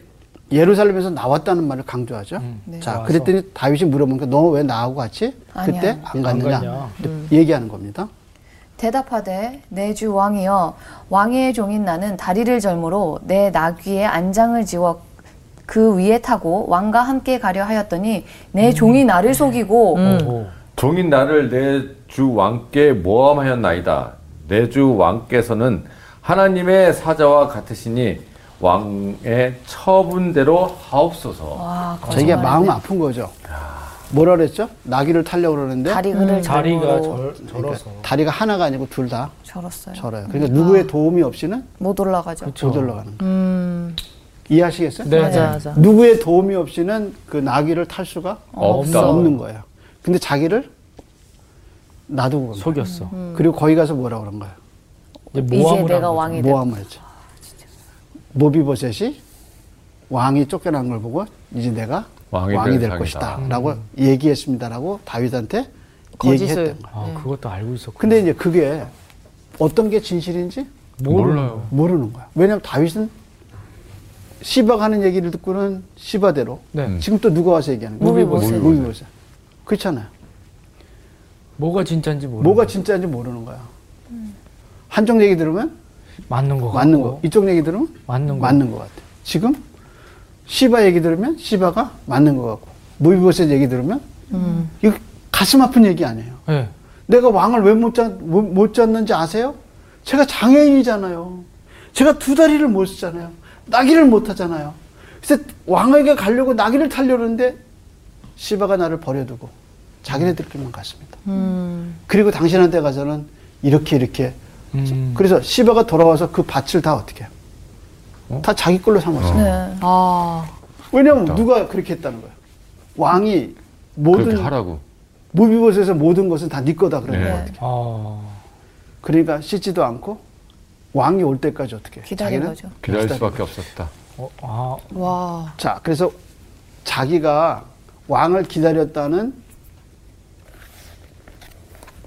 [SPEAKER 3] 예루살렘에서 나왔다는 말을 강조하죠.
[SPEAKER 2] 네.
[SPEAKER 3] 자,
[SPEAKER 4] 음. 나와서.
[SPEAKER 3] 그랬더니 다윗이 물어보니까 너 왜 나하고 같이
[SPEAKER 5] 아니야. 음.
[SPEAKER 3] 그때 안
[SPEAKER 4] 안
[SPEAKER 3] 갔느냐?
[SPEAKER 4] 갔냐.
[SPEAKER 3] 얘기하는 겁니다.
[SPEAKER 5] 대답하되 내 주 왕이여 왕의 종인 나는 다리를 절므로 내 나귀의 안장을 지워 그 위에 타고 왕과 함께 가려 하였더니 내
[SPEAKER 4] 음.
[SPEAKER 5] 종이 나를 속이고
[SPEAKER 4] 오.
[SPEAKER 1] 종인 나를 내 주 왕께 모함하였나이다. 내 주 왕께서는 하나님의 사자와 같으시니 왕의 처분대로 하옵소서.
[SPEAKER 5] 와
[SPEAKER 3] 자기가
[SPEAKER 5] 아, 거짓말이네.
[SPEAKER 3] 마음 아픈 거죠. 뭐라 그랬죠? 나귀를 타려고 그러는데
[SPEAKER 5] 다리를
[SPEAKER 4] 다리가
[SPEAKER 5] 절므로
[SPEAKER 4] 절, 절어서.
[SPEAKER 3] 다리가 하나가 아니고 둘 다
[SPEAKER 5] 절었어요.
[SPEAKER 3] 절어요. 그러니까 누구의 도움이 없이는
[SPEAKER 5] 못 올라가죠.
[SPEAKER 3] 못 올라가는 거예요. 이해하시겠어요?
[SPEAKER 4] 네.
[SPEAKER 6] 맞아, 맞아.
[SPEAKER 3] 누구의 도움이 없이는 그 나귀를 탈 수가
[SPEAKER 1] 없다.
[SPEAKER 3] 없는 거예요. 근데 자기를 놔두고 간 거예요.
[SPEAKER 4] 속였어.
[SPEAKER 3] 그리고 거기 가서 뭐라 그런 거예요?
[SPEAKER 4] 이제
[SPEAKER 5] 이제
[SPEAKER 4] 그 모함을
[SPEAKER 5] 내가
[SPEAKER 4] 한 거죠.
[SPEAKER 5] 왕이 됐다.
[SPEAKER 3] 모함을 했죠. 모비보셋이 왕이 쫓겨난 걸 보고 이제 내가
[SPEAKER 1] 왕이
[SPEAKER 3] 왕이,
[SPEAKER 1] 될
[SPEAKER 3] 될
[SPEAKER 1] 자기다.
[SPEAKER 3] 것이다라고 얘기했습니다라고 다윗한테
[SPEAKER 6] 거짓을.
[SPEAKER 3] 얘기했던 거예요.
[SPEAKER 4] 아, 그것도 알고 있었고.
[SPEAKER 3] 근데 이제 그게 어떤 게 진실인지
[SPEAKER 1] 몰라요.
[SPEAKER 3] 모르는 거야. 왜냐하면 다윗은 시바가 하는 얘기를 듣고는 시바대로
[SPEAKER 4] 네.
[SPEAKER 3] 지금 또 누가 와서 얘기하는 거야?
[SPEAKER 5] 무비보셋.
[SPEAKER 3] 무비보셋. 그렇잖아요.
[SPEAKER 4] 뭐가 진짜인지 모르.
[SPEAKER 3] 뭐가 진짜인지 모르는 거야. 한쪽 얘기 들으면
[SPEAKER 4] 맞는 거 같고.
[SPEAKER 3] 맞는 거, 이쪽 얘기 들으면
[SPEAKER 4] 맞는 거.
[SPEAKER 3] 맞는 것 같아. 지금 시바 얘기 들으면 시바가 맞는 것 같고 무비보셋 얘기 들으면 이거 가슴 아픈 얘기 아니에요.
[SPEAKER 4] 네.
[SPEAKER 3] 내가 왕을 왜 못 잡는지 아세요? 제가 장애인이잖아요. 제가 두 다리를 못 쓰잖아요. 나귀를 못 타잖아요. 그래서 왕에게 가려고 나귀를 타려는데 시바가 나를 버려두고 자기네들끼리만 갔습니다. 그리고 당신한테 가서는 이렇게 이렇게.
[SPEAKER 4] 음.
[SPEAKER 3] 그래서 시바가 돌아와서 그 밭을 다 어떻게 해요?
[SPEAKER 1] 어?
[SPEAKER 3] 다 자기 걸로 삼았어요.
[SPEAKER 5] 네.
[SPEAKER 6] 아,
[SPEAKER 3] 왜냐면 하 누가 그렇게 했다는 거예요. 왕이
[SPEAKER 1] 그렇게
[SPEAKER 3] 모든
[SPEAKER 1] 하라고.
[SPEAKER 3] 무비봇에서 모든 것은 다 네 거다 그러는
[SPEAKER 1] 네.
[SPEAKER 3] 거예요.
[SPEAKER 4] 아.
[SPEAKER 3] 그러니까 씻지도 않고 왕이 올 때까지 어떻게 해요?
[SPEAKER 5] 기다린
[SPEAKER 3] 자기는
[SPEAKER 5] 거죠.
[SPEAKER 1] 기다릴
[SPEAKER 3] 기다리-
[SPEAKER 1] 수밖에 없었다.
[SPEAKER 4] 어, 아.
[SPEAKER 6] 와.
[SPEAKER 3] 자, 그래서 자기가 왕을 기다렸다는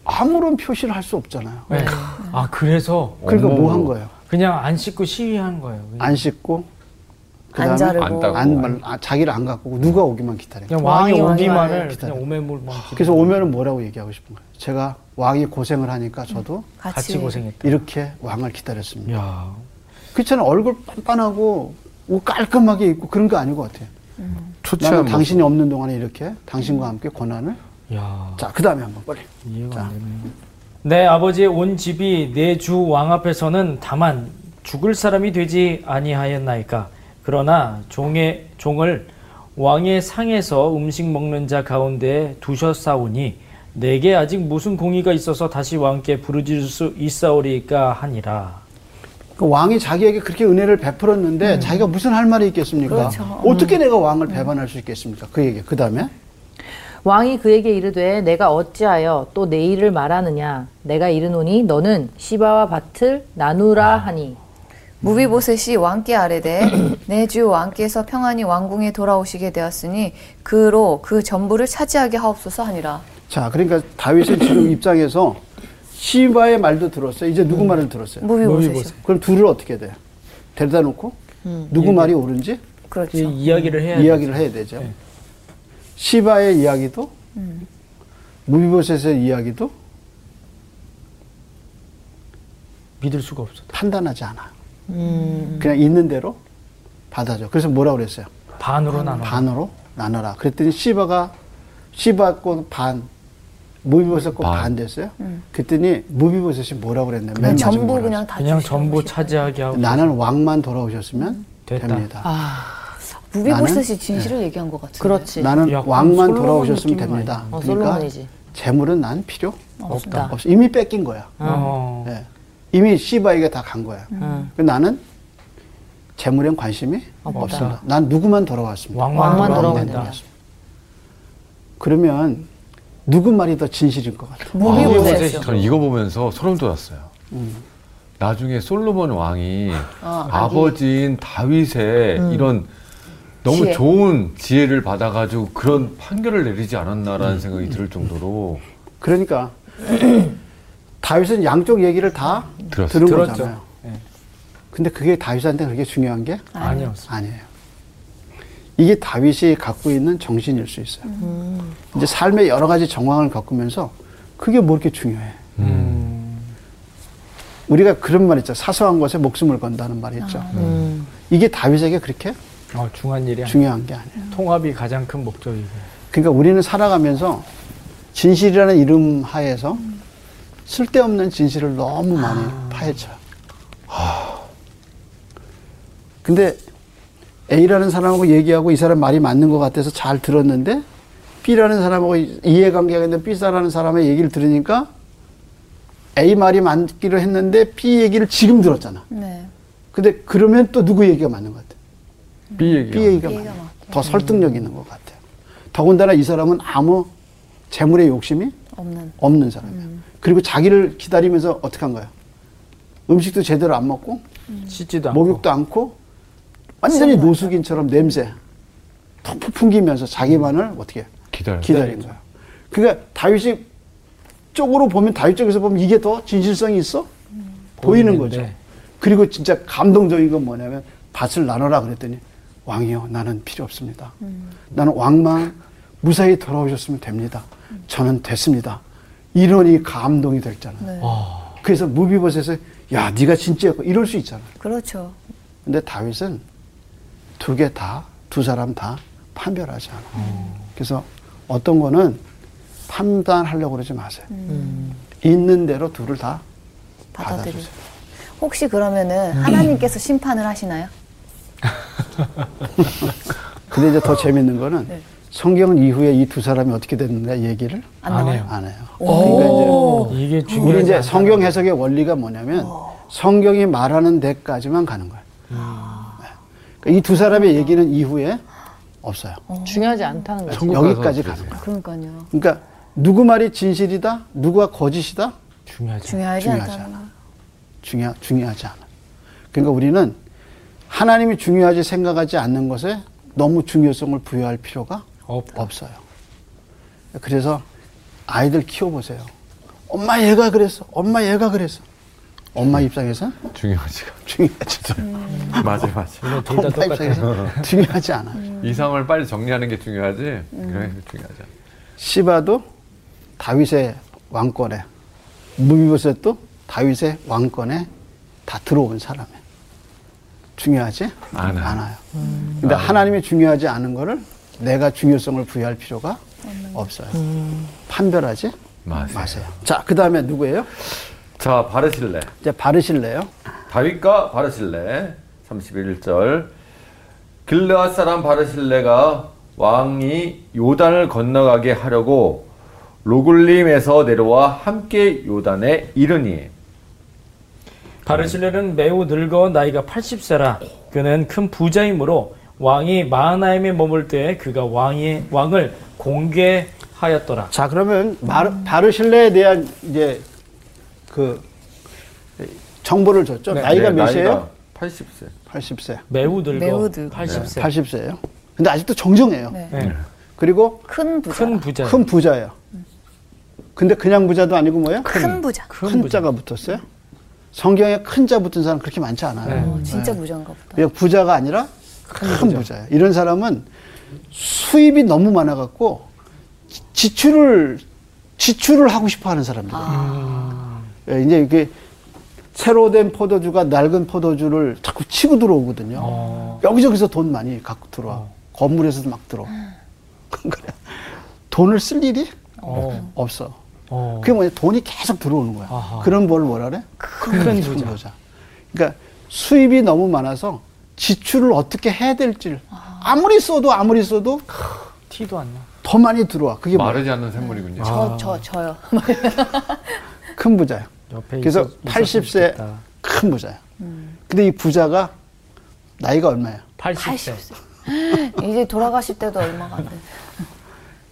[SPEAKER 3] 아무런 표시를 할 수 없잖아요.
[SPEAKER 4] 네. 아, 그래서
[SPEAKER 3] 그러니까 뭐 한
[SPEAKER 1] 어머.
[SPEAKER 3] 거예요?
[SPEAKER 4] 그냥 안 씻고 시위한 거예요. 그냥,
[SPEAKER 3] 안 씻고
[SPEAKER 5] 안
[SPEAKER 3] 그다음에
[SPEAKER 5] 자르고
[SPEAKER 1] 안 따고.
[SPEAKER 3] 안 말- 아, 자기를 안 갖고 누가 오기만 기다린 거예요.
[SPEAKER 4] 그냥 왕이
[SPEAKER 5] 왕이
[SPEAKER 4] 오기만을
[SPEAKER 3] 왕이
[SPEAKER 4] 그냥 오매물만 기다리고
[SPEAKER 3] 아, 그래서 오면은 뭐라고 얘기하고 싶은 거예요? 제가 왕이 고생을 하니까 저도
[SPEAKER 4] 같이 고생했다.
[SPEAKER 3] 이렇게 왕을 기다렸습니다.
[SPEAKER 4] 야.
[SPEAKER 3] 그렇잖아요. 얼굴 빤빤하고 옷 깔끔하게 입고 그런 거 아닌 것 같아요. 나는
[SPEAKER 1] 초췌한 당신
[SPEAKER 3] 당신이 없는 동안에 이렇게 당신과 함께 고난을
[SPEAKER 4] 야.
[SPEAKER 3] 자, 그 다음에 한번 빨리.
[SPEAKER 4] 아. 이해가
[SPEAKER 3] 자.
[SPEAKER 4] 안 되네요. 내 아버지의 온 집이 내 주 왕 앞에서는 다만 죽을 사람이 되지 아니하였나이까. 그러나 종의 종을 왕의 상에서 음식 먹는 자 가운데 두셨사오니 내게 아직 무슨 공의가 있어서 다시 왕께 부르짖을 수 있사오리까 하니라.
[SPEAKER 3] 그 왕이 자기에게 그렇게 은혜를
[SPEAKER 4] 음.
[SPEAKER 3] 베풀었는데 자기가 무슨 할 말이 있겠습니까? 어떻게 내가 왕을 배반할 수 있겠습니까? 그 얘기. 그 다음에
[SPEAKER 6] 왕이 그에게 이르되 내가 어찌하여 또 내 일을 말하느냐 내가 이르노니 너는 시바와 밭을
[SPEAKER 3] 아.
[SPEAKER 6] 나누라 하니
[SPEAKER 5] 무비보셋이 왕께 아뢰되 내 주 왕께서 평안히 왕궁에 돌아오시게 되었으니 그로 그 전부를 차지하게 하옵소서 하니라.
[SPEAKER 3] 자, 그러니까 다윗은 지금 입장에서 시바의 말도 들었어요. 이제
[SPEAKER 4] 음.
[SPEAKER 3] 누구 말을 들었어요?
[SPEAKER 5] 무비보셋이
[SPEAKER 3] 그럼 둘을 어떻게 돼요? 데려다 놓고 누구 말이 옳은지
[SPEAKER 4] 이
[SPEAKER 5] 그렇죠.
[SPEAKER 4] 이야기를 해야
[SPEAKER 3] 이야기를 해야 되죠. 시바의 이야기도 무비보셋의 이야기도
[SPEAKER 4] 믿을 수가 없었다.
[SPEAKER 3] 판단하지 않아요. 그냥 있는 대로 받아줘. 그래서 뭐라고 그랬어요?
[SPEAKER 4] 음, 반으로 나눠.
[SPEAKER 3] 반으로 나눠라. 그랬더니 시바가 시바 건 반, 무비보셋 건
[SPEAKER 1] 반.
[SPEAKER 3] 반 됐어요. 그랬더니 무비보셋이 뭐라고 그랬냐면 맨 마지막
[SPEAKER 5] 네, 전부
[SPEAKER 3] 뭐라고
[SPEAKER 5] 그냥 다
[SPEAKER 4] 그냥
[SPEAKER 5] 주시는
[SPEAKER 4] 전부
[SPEAKER 5] 거죠.
[SPEAKER 4] 차지하게 하고
[SPEAKER 3] 그랬어요? 나는 왕만 돌아오셨으면
[SPEAKER 4] 됐다.
[SPEAKER 3] 됩니다.
[SPEAKER 2] 무비보셋이 진실을 얘기한 것 같은데.
[SPEAKER 6] 그렇지
[SPEAKER 3] 나는
[SPEAKER 4] 야, 그럼
[SPEAKER 3] 왕만
[SPEAKER 4] 솔로몬
[SPEAKER 3] 돌아오셨으면
[SPEAKER 4] 느낌이
[SPEAKER 3] 됩니다.
[SPEAKER 6] 어,
[SPEAKER 3] 그러니까
[SPEAKER 6] 솔로몬이지.
[SPEAKER 3] 재물은 난 필요
[SPEAKER 6] 없다.
[SPEAKER 3] 없어. 이미 뺏긴 거야.
[SPEAKER 4] 어.
[SPEAKER 3] 예. 이미 시바에게 다 간 거야.
[SPEAKER 4] 음.
[SPEAKER 3] 그 나는 재물엔 관심이
[SPEAKER 6] 없다.
[SPEAKER 3] 없습니다. 난 누구만 돌아왔습니다.
[SPEAKER 4] 왕만,
[SPEAKER 6] 왕만
[SPEAKER 4] 돌아오면
[SPEAKER 6] 돌아오면
[SPEAKER 4] 된다.
[SPEAKER 6] 된다.
[SPEAKER 3] 그러면 누구 말이 더 진실인 것 같아요?
[SPEAKER 6] 무비보셋이요.
[SPEAKER 1] 어, 저는 이거 보면서 소름 돋았어요. 나중에 솔로몬 왕이 아버지인 다윗의 이런 너무
[SPEAKER 5] 지혜.
[SPEAKER 1] 좋은 지혜를 받아가지고 그런 판결을 내리지 않았나라는 생각이 들 정도로
[SPEAKER 3] 그러니까 다윗은 양쪽 얘기를 다
[SPEAKER 1] 들었어요.
[SPEAKER 3] 들은
[SPEAKER 4] 들었죠.
[SPEAKER 3] 거잖아요.
[SPEAKER 4] 예.
[SPEAKER 3] 근데 그게 다윗한테 그렇게 중요한 게
[SPEAKER 4] 아니었어.
[SPEAKER 3] 아니에요. 이게 다윗이 갖고 있는 정신일 수 있어요.
[SPEAKER 4] 음.
[SPEAKER 3] 이제 삶의 여러 가지 정황을 겪으면서 그게 뭐 이렇게 중요해.
[SPEAKER 4] 음.
[SPEAKER 3] 우리가 그런 말 있죠. 사소한 것에 목숨을 건다는 말이 있죠. 이게 다윗에게 그렇게
[SPEAKER 4] 어, 중한 일이 아니야.
[SPEAKER 3] 중요한 게 아니에요.
[SPEAKER 4] 통합이 가장 큰 목적이고.
[SPEAKER 3] 그러니까 우리는 살아가면서 진실이라는 이름 하에서 쓸데없는 진실을 너무 많이 파헤쳐요. 근데 A라는 사람하고 얘기하고 이 사람 말이 맞는 것 같아서 잘 들었는데 B라는 사람하고 이- 이해관계가 있는 B사라는 사람의 얘기를 들으니까 A 말이 맞기로 했는데 B 얘기를 지금 들었잖아.
[SPEAKER 2] 네.
[SPEAKER 3] 근데 그러면 또 누구 얘기가 맞는 것 같아?
[SPEAKER 1] B 얘기가.
[SPEAKER 3] B 얘기가 많아요. 더 설득력 있는 것 같아요. 더군다나 이 사람은 아무 재물의 욕심이
[SPEAKER 2] 없는.
[SPEAKER 3] 없는 사람이에요. 그리고 자기를 기다리면서 어떻게 한 거야? 음식도 제대로 안 먹고,
[SPEAKER 4] 씻지도 않고.
[SPEAKER 3] 목욕도 않고, 완전히 노숙인처럼 냄새 톡톡 풍기면서 자기만을 어떻게 해?
[SPEAKER 1] 기다려.
[SPEAKER 3] 기다린 거야. 그러니까 다윗이 쪽으로 보면 다윗 쪽에서 보면 이게 더 진실성이 있어 보이는
[SPEAKER 4] 보이는데.
[SPEAKER 3] 거죠. 그리고 진짜 감동적인 건 뭐냐면 밭을 나눠라 그랬더니 왕이요 나는 필요 없습니다. 나는 왕만 무사히 돌아오셨으면 됩니다. 저는 됐습니다. 이런 이 감동이 됐잖아. 요 그래서 무비벗에서 야 네가 진짜였고 이럴 수 있잖아.
[SPEAKER 2] 그렇죠.
[SPEAKER 3] 근데 다윗은 두 개 다, 두 사람 다 판별하지 않아.
[SPEAKER 1] 음.
[SPEAKER 3] 그래서 어떤 거는 판단하려고 그러지 마세요.
[SPEAKER 2] 음.
[SPEAKER 3] 음. 있는 대로 둘을 다
[SPEAKER 2] 받아들이고.
[SPEAKER 3] 받아주세요.
[SPEAKER 2] 혹시 그러면은 하나님께서 심판을 하시나요?
[SPEAKER 3] 근데
[SPEAKER 2] 네.
[SPEAKER 3] 이제 더 재밌는 거는 성경 이후에 이 두 사람이 어떻게 됐는가 얘기를
[SPEAKER 2] 안
[SPEAKER 4] 안
[SPEAKER 2] 나와요.
[SPEAKER 4] 해요.
[SPEAKER 3] 안 해요.
[SPEAKER 4] 오, 이게
[SPEAKER 3] 우리
[SPEAKER 4] 중요한
[SPEAKER 3] 음. 이제 성경 해석의 원리가 뭐냐면 성경이 말하는 데까지만 가는 거예요.
[SPEAKER 1] 음.
[SPEAKER 3] 네. 그러니까 이 두 사람의 얘기는 이후에 없어요.
[SPEAKER 6] 중요하지 않다는 거죠.
[SPEAKER 1] 천국 가서
[SPEAKER 3] 여기까지
[SPEAKER 1] 어떻게
[SPEAKER 3] 가는
[SPEAKER 1] 돼요?
[SPEAKER 3] 거예요.
[SPEAKER 2] 그러니까요.
[SPEAKER 3] 그러니까 누구 말이 진실이다, 누구가 거짓이다
[SPEAKER 4] 중요하지.
[SPEAKER 2] 중요하지
[SPEAKER 3] 중요하지
[SPEAKER 2] 않잖아.
[SPEAKER 3] 중요, 중요하지 않아. 그러니까 우리는 하나님이 중요하지 생각하지 않는 것에 너무 중요성을 부여할 필요가
[SPEAKER 4] 없다.
[SPEAKER 3] 없어요. 그래서 아이들 키워보세요. 엄마 얘가 그랬어. 엄마 얘가 그랬어. 엄마 입장에서
[SPEAKER 1] 중요하지가. 않아.
[SPEAKER 3] 중요하지
[SPEAKER 1] 맞아, 맞아.
[SPEAKER 4] 둘다
[SPEAKER 3] 엄마
[SPEAKER 4] 똑같아.
[SPEAKER 3] 입장에서 중요하지 않아요.
[SPEAKER 1] 이상을 빨리 정리하는 게 중요하지. 그래, 중요하지 않아.
[SPEAKER 3] 시바도 다윗의 왕권에 무비보셋도 다윗의 왕권에 다 들어온 사람이에요. 중요하지
[SPEAKER 1] 않아요. 음.
[SPEAKER 3] 않아요. 근데 하나님이 중요하지 않은 거를 내가 중요성을 부여할 필요가 없어요. 판별하지
[SPEAKER 1] 음. 맞아요.
[SPEAKER 3] 마세요. 자, 그 다음에 누구예요?
[SPEAKER 1] 자, 바르실레.
[SPEAKER 3] 이제 바르실레요.
[SPEAKER 1] 다윗과 바르실레 31절 길르앗 사람 바르실레가 왕이 요단을 건너가게 하려고 로굴림에서 내려와 함께 요단에 이르니
[SPEAKER 4] 바르실레는 매우 늙어 나이가 80세라 그는 큰 부자이므로 왕이 마하나임에 머물 때 그가 왕의 왕을 공개하였더라.
[SPEAKER 3] 자, 그러면 바르, 바르실레에 대한 이제 그 정보를 줬죠. 나이가
[SPEAKER 1] 네,
[SPEAKER 3] 몇이에요?
[SPEAKER 1] 80세.
[SPEAKER 3] 80세.
[SPEAKER 4] 매우 늙어
[SPEAKER 5] 매우
[SPEAKER 3] 네.
[SPEAKER 5] 늙어.
[SPEAKER 4] 80세.
[SPEAKER 3] 80세예요. 근데 아직도 정정해요.
[SPEAKER 5] 네.
[SPEAKER 4] 예,
[SPEAKER 3] 그리고
[SPEAKER 2] 큰 부자.
[SPEAKER 4] 큰 부자.
[SPEAKER 3] 음. 큰 부자예요. 근데 그냥 부자도 아니고 뭐예요?
[SPEAKER 2] 큰 부자.
[SPEAKER 3] 큰 자가 붙었어요. 성경에 큰 자 붙은 사람 그렇게 많지 않아요.
[SPEAKER 2] 어, 진짜 부자인가 보다.
[SPEAKER 3] 그냥 부자가 아니라 큰, 부자예요. 이런 사람은 수입이 너무 많아 갖고 지출을 지출을 하고 싶어 하는 사람들이에요. 예, 이제 이게 새로 된 포도주가 낡은 포도주를 자꾸 치고 들어오거든요. 여기저기서 돈 많이 갖고 들어와. 음. 건물에서도 막 들어와. 그러니까 돈을 쓸 일이
[SPEAKER 4] 어,
[SPEAKER 3] 없어.
[SPEAKER 4] 어.
[SPEAKER 3] 그게 뭐냐 돈이 계속 들어오는 거야.
[SPEAKER 4] 아하.
[SPEAKER 3] 그런 뭘 뭐라 그래? 큰 부자. 그러니까 수입이 너무 많아서 지출을 어떻게 해야 될지를 아무리 써도 아무리 써도
[SPEAKER 4] 티도 안 나.
[SPEAKER 3] 더 많이 들어와. 그게 뭐야?
[SPEAKER 1] 마르지 않는 샘물이군요.
[SPEAKER 2] 저, 저, 저요.
[SPEAKER 3] 큰 부자야.
[SPEAKER 1] 네,
[SPEAKER 4] 옆에
[SPEAKER 3] 그래서
[SPEAKER 4] 있었- 있었으면
[SPEAKER 3] 80세
[SPEAKER 4] 좋겠다.
[SPEAKER 3] 큰 부자야.
[SPEAKER 2] 음.
[SPEAKER 3] 근데 이 부자가 나이가 얼마야?
[SPEAKER 4] 80세.
[SPEAKER 2] 이제 돌아가실 때도 얼마가 안 돼.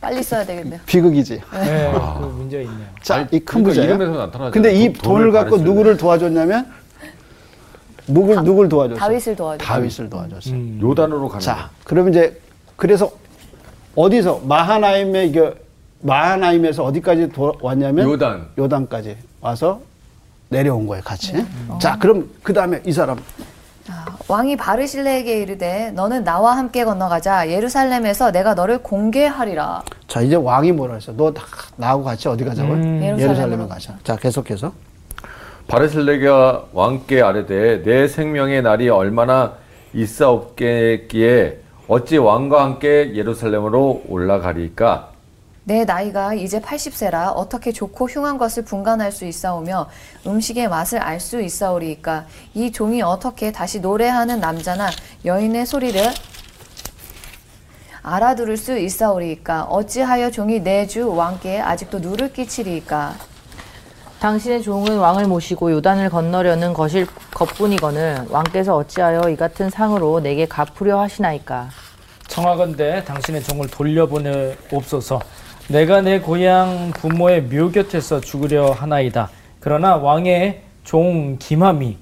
[SPEAKER 2] 빨리 써야 되겠네요.
[SPEAKER 3] 비극이지.
[SPEAKER 4] 네,
[SPEAKER 3] 아.
[SPEAKER 4] 그 문제 있네요.
[SPEAKER 3] 자, 이 큰
[SPEAKER 1] 그러니까
[SPEAKER 3] 부자야.
[SPEAKER 1] 이름에서 나타나잖아.
[SPEAKER 3] 근데 이
[SPEAKER 1] 돈-
[SPEAKER 3] 돈을
[SPEAKER 1] 돈을
[SPEAKER 3] 갖고
[SPEAKER 1] 가르치는
[SPEAKER 3] 누구를 도와줬냐면 누굴 누굴 도와줬어?
[SPEAKER 2] 다윗을 도와줘.
[SPEAKER 3] 다윗을 도와줬어.
[SPEAKER 1] 요단으로 가는
[SPEAKER 3] 자, 그러면 이제 그래서 어디서 마하나임의 그 마하나임에서 어디까지 도- 왔냐면
[SPEAKER 1] 요단.
[SPEAKER 3] 요단까지 와서 내려온 거예요, 같이. 자, 그럼 그 다음에 이 사람
[SPEAKER 5] 아, 왕이 바르실레에게 이르되 너는 나와 함께 건너가자 예루살렘에서 내가 너를 공개하리라.
[SPEAKER 3] 자 이제 왕이 뭐라 했어? 너 다- 나하고 같이 어디 가자고?
[SPEAKER 5] 음. 예루살렘으로
[SPEAKER 3] 예루살렘에 가자. 자 계속해서
[SPEAKER 1] 바르실레가 왕께 아뢰되 내 생명의 날이 얼마나 있사옵겠기에 어찌 왕과 함께 예루살렘으로 올라가리까
[SPEAKER 5] 내 나이가 이제 80세라 어떻게 좋고 흉한 것을 분간할 수 있사오며 음식의 맛을 알 수 있사오리이까 이 종이 어떻게 다시 노래하는 남자나 여인의 소리를 알아들을 수 있사오리이까 어찌하여 종이 내 주 왕께 아직도 누를 끼치리이까
[SPEAKER 6] 당신의 종은 왕을 모시고 요단을 건너려는 것일 것뿐이거늘 왕께서 어찌하여 이 같은 상으로 내게 갚으려 하시나이까
[SPEAKER 4] 청하건대 당신의 종을 돌려보내 옵소서. 내가 내 고향 부모의 묘 곁에서 죽으려 하나이다. 그러나 왕의 종 김함이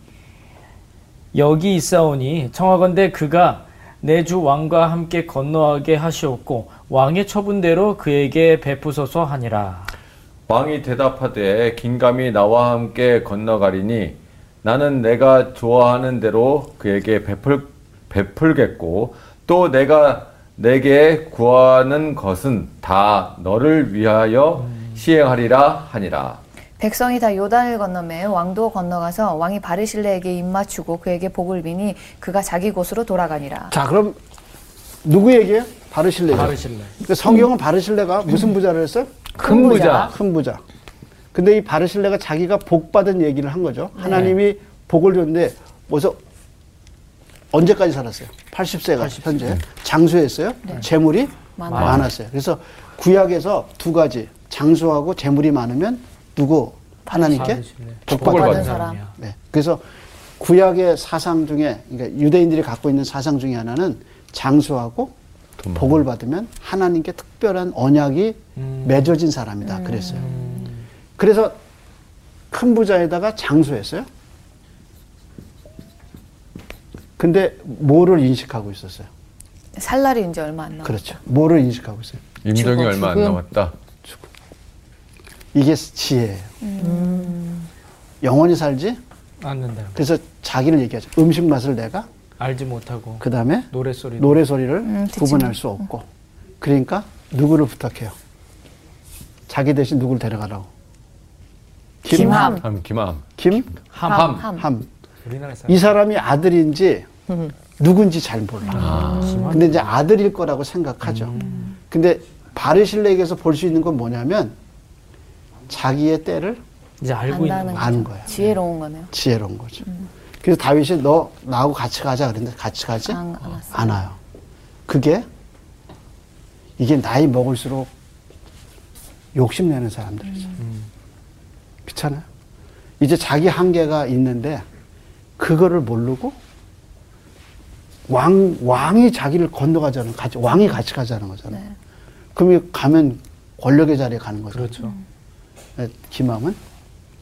[SPEAKER 4] 여기 있사오니 청하건대 그가 내 주 왕과 함께 건너하게 하시옵고 왕의 처분대로 그에게 베푸소서 하니라.
[SPEAKER 1] 왕이 대답하되 긴감히 나와 함께 건너가리니 나는 내가 좋아하는 대로 그에게 베풀, 베풀겠고 또 내가 내게 구하는 것은 다 너를 위하여 시행하리라 하니라
[SPEAKER 5] 백성이 다 요단을 건너매 왕도 건너가서 왕이 바르실레에게 입맞추고 그에게 복을 비니 그가 자기 곳으로 돌아가니라
[SPEAKER 3] 자 그럼 누구 얘기예요? 바르실레.
[SPEAKER 4] 바르실레.
[SPEAKER 3] 그 성경은 바르실레가 무슨 부자를 했어?
[SPEAKER 1] 큰 부자.
[SPEAKER 3] 큰 부자. 근데 이 바르실레가 자기가 복 받은 얘기를 한 거죠. 하나님이 복을 줬는데 벌써 언제까지 살았어요? 80세가 현재 장수했어요. 재물이 많았어요. 그래서 구약에서 두 가지 장수하고 재물이 많으면 누구 하나님께
[SPEAKER 4] 바르실레.
[SPEAKER 3] 복
[SPEAKER 1] 복을
[SPEAKER 3] 받는
[SPEAKER 1] 받는
[SPEAKER 5] 사람.
[SPEAKER 4] 사람이야.
[SPEAKER 3] 네. 그래서 구약의 사상 중에 그러니까 유대인들이 갖고 있는 사상 중에 하나는 장수하고 복을 받으면 하나님께 특별한 언약이 맺어진 사람이다 그랬어요. 그래서 큰 부자에다가 장수했어요. 근데 뭐를 인식하고 있었어요?
[SPEAKER 5] 살 날이 이제 얼마 안 남았다
[SPEAKER 3] 그렇죠. 뭐를 인식하고 있어요?
[SPEAKER 1] 임종이 얼마 안 남았다
[SPEAKER 3] 이게 지혜예요. 영원히 살지?
[SPEAKER 4] 않는다.
[SPEAKER 3] 그래서 자기를 얘기하죠. 음식 맛을 내가
[SPEAKER 4] 알지 못하고
[SPEAKER 3] 그 다음에
[SPEAKER 4] 노래 소리.
[SPEAKER 3] 노래 소리를
[SPEAKER 5] 음, 듣지
[SPEAKER 3] 구분할 수 없고 그러니까 누구를 부탁해요? 자기 대신 누굴 데려가라고?
[SPEAKER 5] 김함.
[SPEAKER 1] 함 김함
[SPEAKER 3] 김함.
[SPEAKER 1] 함.
[SPEAKER 4] 우리나라 사람.
[SPEAKER 3] 이 사람이 아들인지
[SPEAKER 5] 음.
[SPEAKER 3] 누군지 잘 몰라. 근데 이제 아들일 거라고 생각하죠. 근데 바르실레에게서 볼 수 있는 건 뭐냐면 자기의 때를
[SPEAKER 4] 이제 알고 있는
[SPEAKER 5] 안다는
[SPEAKER 4] 거.
[SPEAKER 3] 아는
[SPEAKER 5] 거죠.
[SPEAKER 3] 거야.
[SPEAKER 5] 지혜로운 거네요.
[SPEAKER 3] 지혜로운 거죠. 그래서 다윗이 너 나하고 같이 가자 그랬는데 같이 가지
[SPEAKER 5] 안- 안 왔어요.
[SPEAKER 3] 안 와요. 그게 이게 나이 먹을수록 욕심내는 사람들이죠.
[SPEAKER 4] 음.
[SPEAKER 3] 그렇잖아요. 이제 자기 한계가 있는데 그거를 모르고 왕 왕이 자기를 건너가자는 같이 왕이 같이 가자는 거잖아요.
[SPEAKER 5] 네.
[SPEAKER 3] 그럼 이 가면 권력의 자리에 가는 거죠.
[SPEAKER 4] 그렇죠.
[SPEAKER 5] 음.
[SPEAKER 3] 네, 김함은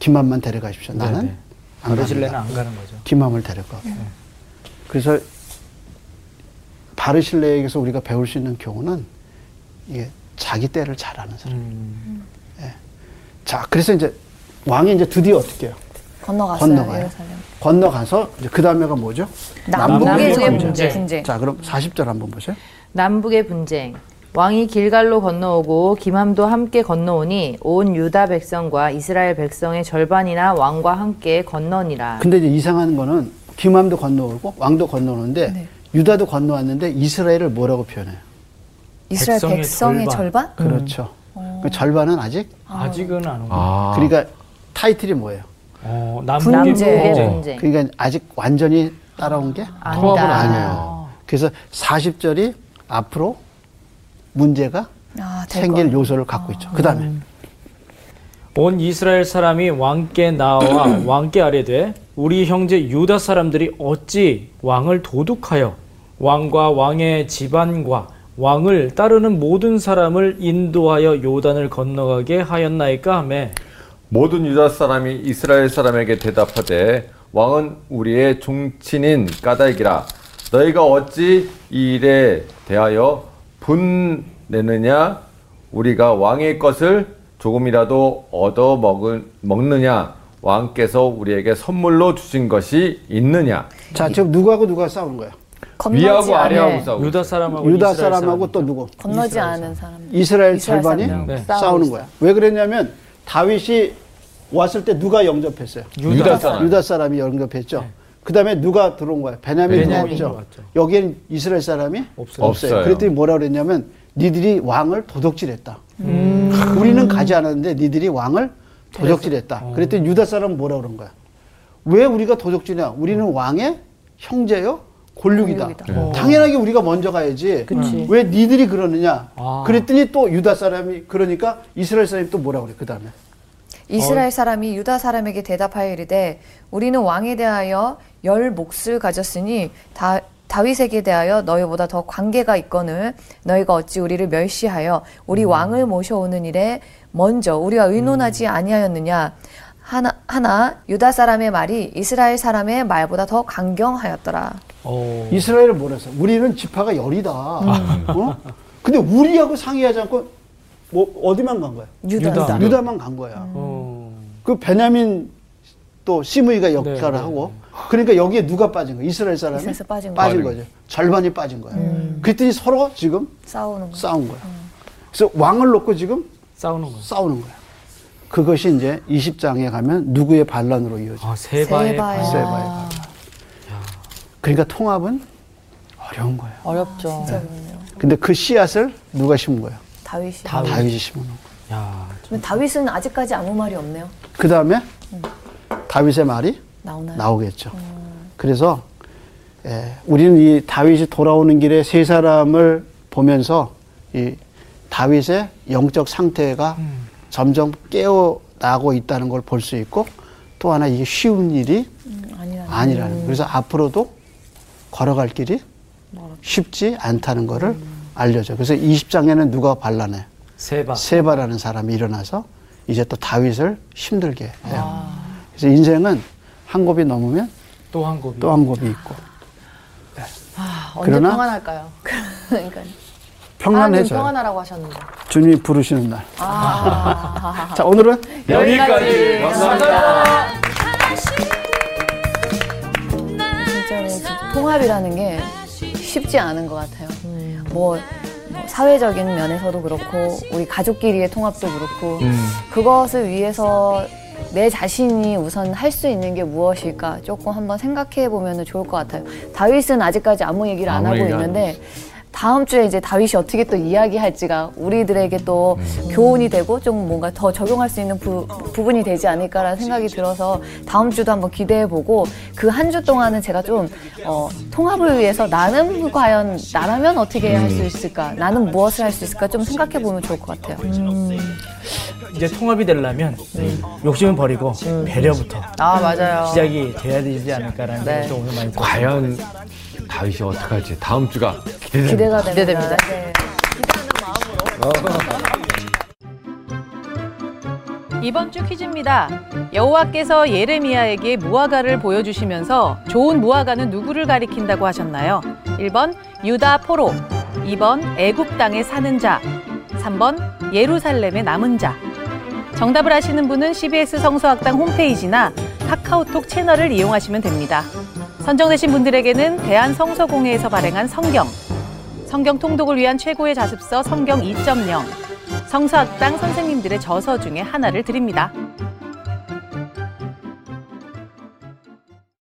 [SPEAKER 3] 김함만 데려가십시오. 나는
[SPEAKER 4] 네네.
[SPEAKER 3] 안
[SPEAKER 4] 바르실레는
[SPEAKER 3] 갑니다.
[SPEAKER 4] 안 가는 거죠.
[SPEAKER 3] 김함을 데려가. 그래서 바르실레에게서 우리가 배울 수 있는 교훈은 이게 자기 때를 잘 아는 사람.
[SPEAKER 4] 음.
[SPEAKER 3] 자, 그래서 이제 왕이 이제 드디어 어떻게 해요?
[SPEAKER 5] 건너갔어요.
[SPEAKER 3] 건너가요.
[SPEAKER 5] 예루살렘.
[SPEAKER 3] 건너가서 이제 그 다음에가 뭐죠?
[SPEAKER 5] 남북의
[SPEAKER 6] 남북의
[SPEAKER 5] 문제. 분쟁.
[SPEAKER 3] 자, 그럼 40절 한번 보세요.
[SPEAKER 6] 남북의 분쟁 왕이 길갈로 건너오고 김함도 함께 건너오니 온 유다 백성과 이스라엘 백성의 절반이나 왕과 함께
[SPEAKER 5] 아.
[SPEAKER 6] 건너니라
[SPEAKER 3] 근데 이제 이상한 거는 김함도 건너오고 왕도 건너오는데
[SPEAKER 5] 네.
[SPEAKER 3] 유다도 건너왔는데 이스라엘을 뭐라고 표현해요?
[SPEAKER 5] 이스라엘
[SPEAKER 4] 백성의
[SPEAKER 5] 백성의 절반?
[SPEAKER 4] 절반?
[SPEAKER 3] 그렇죠.
[SPEAKER 5] 어.
[SPEAKER 3] 그 절반은 아직
[SPEAKER 4] 아직은 안 오고.
[SPEAKER 1] 아
[SPEAKER 3] 그러니까 타이틀이 뭐예요?
[SPEAKER 4] 어, 남북의
[SPEAKER 6] 남북의
[SPEAKER 4] 분쟁.
[SPEAKER 5] 네.
[SPEAKER 6] 분쟁
[SPEAKER 3] 그러니까 아직 완전히 따라온 게
[SPEAKER 6] 아니다.
[SPEAKER 3] 아니에요. 그래서 40절이 앞으로 문제가
[SPEAKER 5] 아, 될 아.
[SPEAKER 3] 생길 요소를 갖고 있죠. 그 다음에
[SPEAKER 4] 온 이스라엘 사람이 왕께 나와 왕께 아뢰되 우리 형제 유다 사람들이 어찌 왕을 도둑하여 왕과 왕의 집안과 왕을 따르는 모든 사람을 인도하여 요단을 건너가게 하였나이까 하매
[SPEAKER 1] 모든 유다 사람이 이스라엘 사람에게 대답하되 왕은 우리의 종친인 까닭이라 너희가 어찌 이 일에 대하여 분내느냐 우리가 왕의 것을 조금이라도 얻어 먹은, 먹느냐 왕께서 우리에게 선물로 주신 것이 있느냐
[SPEAKER 3] 자, 지금 누구하고 누가 싸우는 거야?
[SPEAKER 5] 건너지
[SPEAKER 1] 위하고
[SPEAKER 5] 않은-
[SPEAKER 1] 아래하고 싸우고
[SPEAKER 4] 유다
[SPEAKER 1] 있어요.
[SPEAKER 4] 사람하고
[SPEAKER 3] 유다
[SPEAKER 4] 이스라엘
[SPEAKER 3] 사람하고 또 누구?
[SPEAKER 5] 건너지 않은 사람.
[SPEAKER 3] 이스라엘,
[SPEAKER 5] 이스라엘
[SPEAKER 3] 절반이
[SPEAKER 5] 사람들하고
[SPEAKER 4] 네.
[SPEAKER 3] 싸우는
[SPEAKER 5] 있어요.
[SPEAKER 3] 거야. 왜 그랬냐면 다윗이 왔을 때 누가 영접했어요?
[SPEAKER 4] 유다,
[SPEAKER 1] 유다
[SPEAKER 4] 사람. 네.
[SPEAKER 1] 사람.
[SPEAKER 3] 유다 사람이 영접했죠. 그다음에 누가 들어온 거야? 베냐민이
[SPEAKER 4] 베냐민이
[SPEAKER 3] 들어왔죠.
[SPEAKER 4] 들어왔죠.
[SPEAKER 3] 여기엔 이스라엘 사람이 없어요.
[SPEAKER 4] 없어요.
[SPEAKER 1] 없어요.
[SPEAKER 3] 그랬더니 뭐라 그랬냐면 니들이 왕을 도둑질했다. 우리는 가지 않았는데 니들이 왕을 도둑질했다. 그랬더니 유다 사람은 뭐라 그런 거야? 왜 우리가 도둑질이냐? 우리는 왕의 형제요 골육이다. 당연하게 우리가 먼저 가야지.
[SPEAKER 7] 그치.
[SPEAKER 3] 왜 니들이 그러느냐?
[SPEAKER 4] 아.
[SPEAKER 3] 그랬더니 또 유다 사람이 그러니까 이스라엘 사람이 또 뭐라 그래? 그다음에
[SPEAKER 4] 어.
[SPEAKER 8] 이스라엘 사람이 유다 사람에게 대답하여 이르되 우리는 왕에 대하여 열 몫을 가졌으니 다 다윗에게 대하여 너희보다 더 관계가 있거늘 너희가 어찌 우리를 멸시하여 우리
[SPEAKER 4] 음.
[SPEAKER 8] 왕을 모셔오는 일에 먼저 우리와 의논하지
[SPEAKER 4] 음.
[SPEAKER 8] 아니하였느냐 하나, 하나 유다 사람의 말이 이스라엘 사람의 말보다 더 강경하였더라
[SPEAKER 4] 어.
[SPEAKER 3] 이스라엘은 뭐랬어? 우리는 지파가 열이다. 어? 근데 우리하고 상의하지 않고 뭐 어디만 간 거야?
[SPEAKER 4] 유다. 유다.
[SPEAKER 3] 유다만 간 거야.
[SPEAKER 4] 어.
[SPEAKER 3] 그 베냐민 또 시므이가 역할을
[SPEAKER 4] 네,
[SPEAKER 3] 하고 그러니까 여기에 누가 빠진 거야? 이스라엘 사람이
[SPEAKER 5] 이스라엘 빠진 거야.
[SPEAKER 3] 빠진 거죠. 절반이 빠진 거야. 그랬더니 서로 지금
[SPEAKER 8] 싸우는 거
[SPEAKER 3] 싸운 거야. 그래서 왕을 놓고 지금
[SPEAKER 4] 싸우는 거야.
[SPEAKER 3] 싸우는 거야. 그것이 이제 20장에 가면 누구의 반란으로 이어져.
[SPEAKER 4] 아, 세바의
[SPEAKER 8] 세바의
[SPEAKER 4] 발.
[SPEAKER 3] 세바의 반란. 그러니까 통합은 어려운 거야.
[SPEAKER 7] 어렵죠.
[SPEAKER 3] 근데 그 씨앗을 누가 심은 거야?
[SPEAKER 8] 다윗이
[SPEAKER 4] 다윗.
[SPEAKER 3] 다윗이 심은 거야.
[SPEAKER 4] 야,
[SPEAKER 8] 근데 다윗은 아직까지 아무 말이 없네요
[SPEAKER 3] 그 다음에 다윗의 말이
[SPEAKER 8] 나오나요?
[SPEAKER 3] 나오겠죠. 그래서 예, 우리는 이 다윗이 돌아오는 길에 세 사람을 보면서 이 다윗의 영적 상태가 점점 깨어나고 있다는 걸 볼 수 있고 또 하나 이게 쉬운 일이
[SPEAKER 8] 음,
[SPEAKER 5] 음.
[SPEAKER 8] 아니라는
[SPEAKER 3] 아니라는 거예요. 그래서 앞으로도 걸어갈 길이 쉽지 않다는 거를 알려줘. 그래서 20장에는 누가 반란해?
[SPEAKER 4] 세바.
[SPEAKER 3] 세바라는 사람이 일어나서 이제 또 다윗을 힘들게 해요. 그래서 인생은 한 곱이 넘으면
[SPEAKER 4] 또 한 곱이.
[SPEAKER 3] 또 한 곱이 있고 네.
[SPEAKER 7] 아, 언제
[SPEAKER 3] 그러나-
[SPEAKER 7] 평안할까요?
[SPEAKER 8] 그러니까
[SPEAKER 7] 하나님
[SPEAKER 3] 평안해져요.
[SPEAKER 7] 평안하라고 하셨는데. 아.
[SPEAKER 3] 주님이 부르시는 날. 자 오늘은
[SPEAKER 1] 여기까지. 감사합니다.
[SPEAKER 5] 진짜로 진짜 통합이라는 게 쉽지 않은 것 같아요. 뭐, 뭐 사회적인 면에서도 그렇고 우리 가족끼리의 통합도 그렇고
[SPEAKER 1] 음.
[SPEAKER 5] 그것을 위해서 내 자신이 우선 할 수 있는 게 무엇일까 조금 한번 생각해 보면 좋을 것 같아요. 다윗은 아직까지 아무 얘기를 안
[SPEAKER 1] 아무
[SPEAKER 5] 하고
[SPEAKER 1] 얘기 안
[SPEAKER 5] 있는데 다음 주에 이제 다윗이 어떻게 또 이야기할지가 우리들에게 또 교훈이 되고 좀 뭔가 더 적용할 수 있는 부, 분이 되지 않을까라는 생각이 들어서 다음 주도 한번 기대해 보고 그 한 주 동안은 제가 좀 어, 통합을 위해서 나는 과연 나라면 어떻게 할 수 있을까 나는 무엇을 할 수 있을까 좀 생각해 보면 좋을 것 같아요.
[SPEAKER 6] 이제 통합이 되려면
[SPEAKER 1] 네.
[SPEAKER 6] 욕심은 버리고
[SPEAKER 4] 음.
[SPEAKER 6] 배려부터
[SPEAKER 7] 아, 맞아요.
[SPEAKER 6] 시작이 돼야 되지 않을까라는
[SPEAKER 7] 네.
[SPEAKER 6] 생각이 좀 오늘 많이 들어요.
[SPEAKER 1] 과연 다윗이 어떻게 할지 다음 주가 기대됩니다.
[SPEAKER 5] 기대가 됩니다.
[SPEAKER 7] 기대됩니다.
[SPEAKER 5] 네.
[SPEAKER 7] 이번 주 퀴즈입니다. 여호와께서 예레미야에게 무화과를 보여주시면서 좋은 무화과는 누구를 가리킨다고 하셨나요? 1번 유다 포로, 2번 애굽 땅에 사는 자, 3번 예루살렘에 남은 자. 정답을 아시는 분은 CBS 성서학당 홈페이지나 카카오톡 채널을 이용하시면 됩니다. 선정되신 분들에게는 대한성서공회에서 발행한 성경, 성경 통독을 위한 최고의 자습서 성경 2.0, 성서학당 선생님들의 저서 중에 하나를 드립니다.